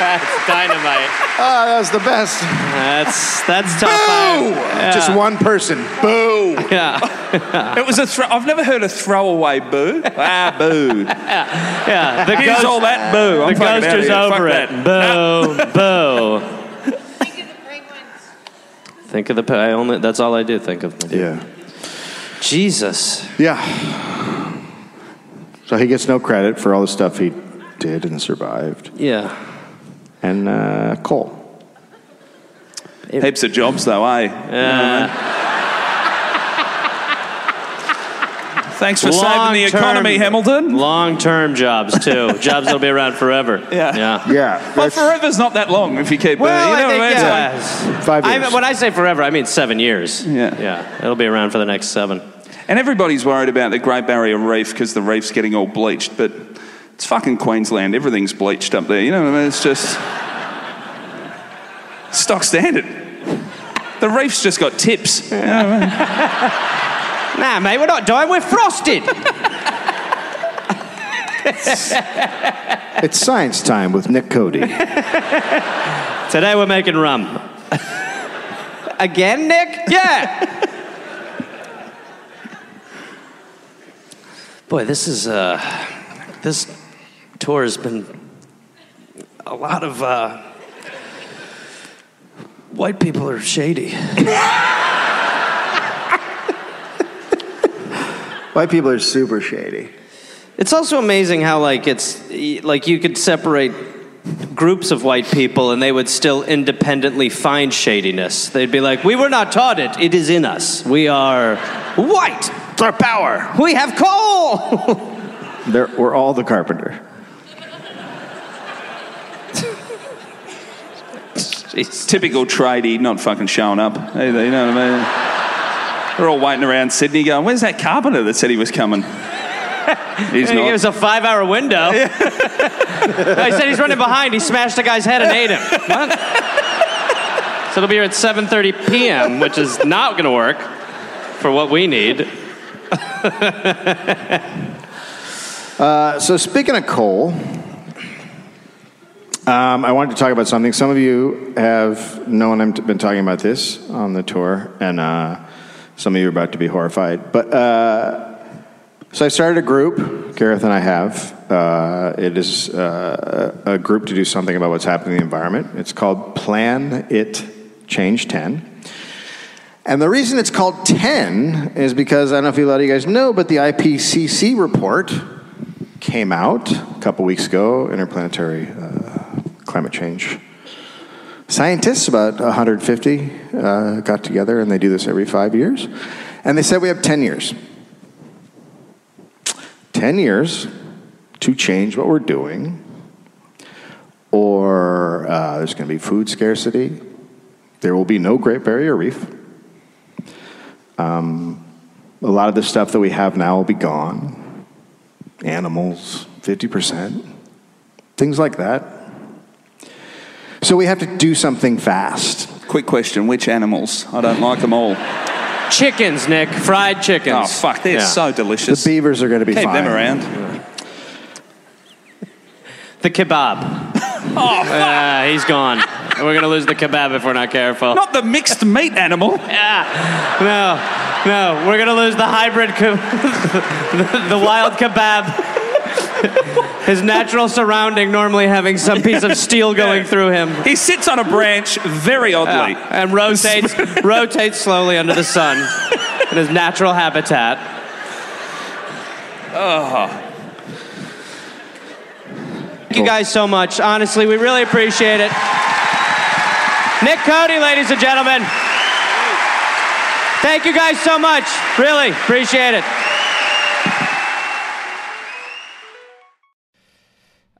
C: That's dynamite.
D: Ah, that was the best.
C: That's that's top
D: Boo!
C: five.
D: Just one person. Boo!
C: Yeah,
E: It was a throw. I've never heard a throwaway boo. Ah, boo.
C: yeah. The
E: Here's
C: ghost,
E: all that boo. I'm
C: the
E: fucking
C: ghost is
E: outta here. Fuck
C: over it.
E: that.
C: Ah. Boo, boo.
G: Think of the penguins.
C: *laughs* Think of the. pe- I only. That's all I do. Think of.
D: Yeah.
C: Jesus.
D: Yeah. So he gets no credit for all the stuff he did and survived.
C: Yeah.
D: And uh, coal.
E: Heaps of jobs, though, eh? You know what I mean? Thanks for saving the
C: Long-term-
E: economy, Hamilton.
C: Long-term jobs
E: *laughs*
C: too. jobs that'll be around forever.
E: Yeah.
C: Yeah.
D: Yeah.
E: Well, forever's not that long if you keep.
C: *laughs*
E: uh,
C: Well,
E: you know
C: I think,
E: what I mean?
C: yeah.
D: Five
C: I
D: years.
C: mean, when I say forever, I mean seven years.
E: Yeah.
C: Yeah. It'll be around for the next seven.
E: And everybody's worried about the Great Barrier Reef because the reef's getting all bleached, but it's fucking Queensland. Everything's bleached up there. You know what I mean? It's just stock standard. The reef's just got tips. You know what I mean?
C: Nah, mate, we're not dying. We're frosted.
D: it's science time with Nick Cody.
C: *laughs* Today we're making rum. Again, Nick? Yeah. Boy, this is uh, this tour has been a lot of uh, white people are shady.
D: White people are super shady.
C: It's also amazing how like it's y- like you could separate groups of white people and they would still independently find shadiness. They'd be like, "We were not taught it. It is in us. We are white. It's our power. We have coal."
D: They're, we're all the carpenter.
E: It's typical tradie, not fucking showing up either. You know what I mean? We're all waiting around Sydney going, where's that carpenter that said he was coming? *laughs* He's
F: He
E: not.
F: gave us a five hour window. I said he's running behind. *laughs* He smashed a guy's head and ate him. What? so it'll be here at 7.30 p.m., which is not going to work for what we need.
D: Uh, So speaking of coal, um, I wanted to talk about something. Some of you have known I've been talking about this on the tour, and uh, some of you are about to be horrified. But uh, so I started a group. Gareth and I have. Uh, it is uh, a group to do something about what's happening in the environment. It's called Plan It Change Ten. And the reason it's called 10 is because I don't know if a lot of you guys know, but the IPCC report came out a couple weeks ago interplanetary uh, climate change. Scientists, about 150, uh, got together and they do this every five years. And they said we have 10 years. 10 years to change what we're doing, or uh, there's going to be food scarcity, there will be no Great Barrier Reef. A lot of the stuff that we have now will be gone. Animals, 50%, things like that. So we have to do something fast.
E: Quick question which animals? I don't like them all.
F: Chickens, Nick. Fried
E: Oh,
F: chickens.
E: fuck, they're
D: Yeah.
E: so delicious.
D: The beavers are going to be
E: Keep
D: fine.
E: them around.
F: The kebab. Oh, he's gone. We're going to lose the kebab if we're not careful.
E: Not the mixed meat animal.
F: Ah, no, no, we're gonna lose the hybrid, ke- *laughs* the, the wild kebab. His natural surrounding normally having some piece of steel going through him.
E: He sits on a branch very oddly.
F: Ah, and rotates, rotates slowly under the sun in his natural habitat. Thank you guys so much. Honestly, we really appreciate it. Nick Cody, ladies and gentlemen. Thank you guys so much. Really appreciate it.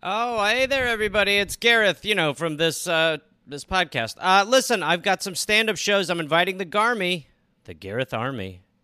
F: Oh, hey there, everybody. It's Gareth, you know, from this uh, this podcast. Uh, listen, I've got some stand up shows I'm inviting the Garmy, the Gareth Army,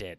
F: it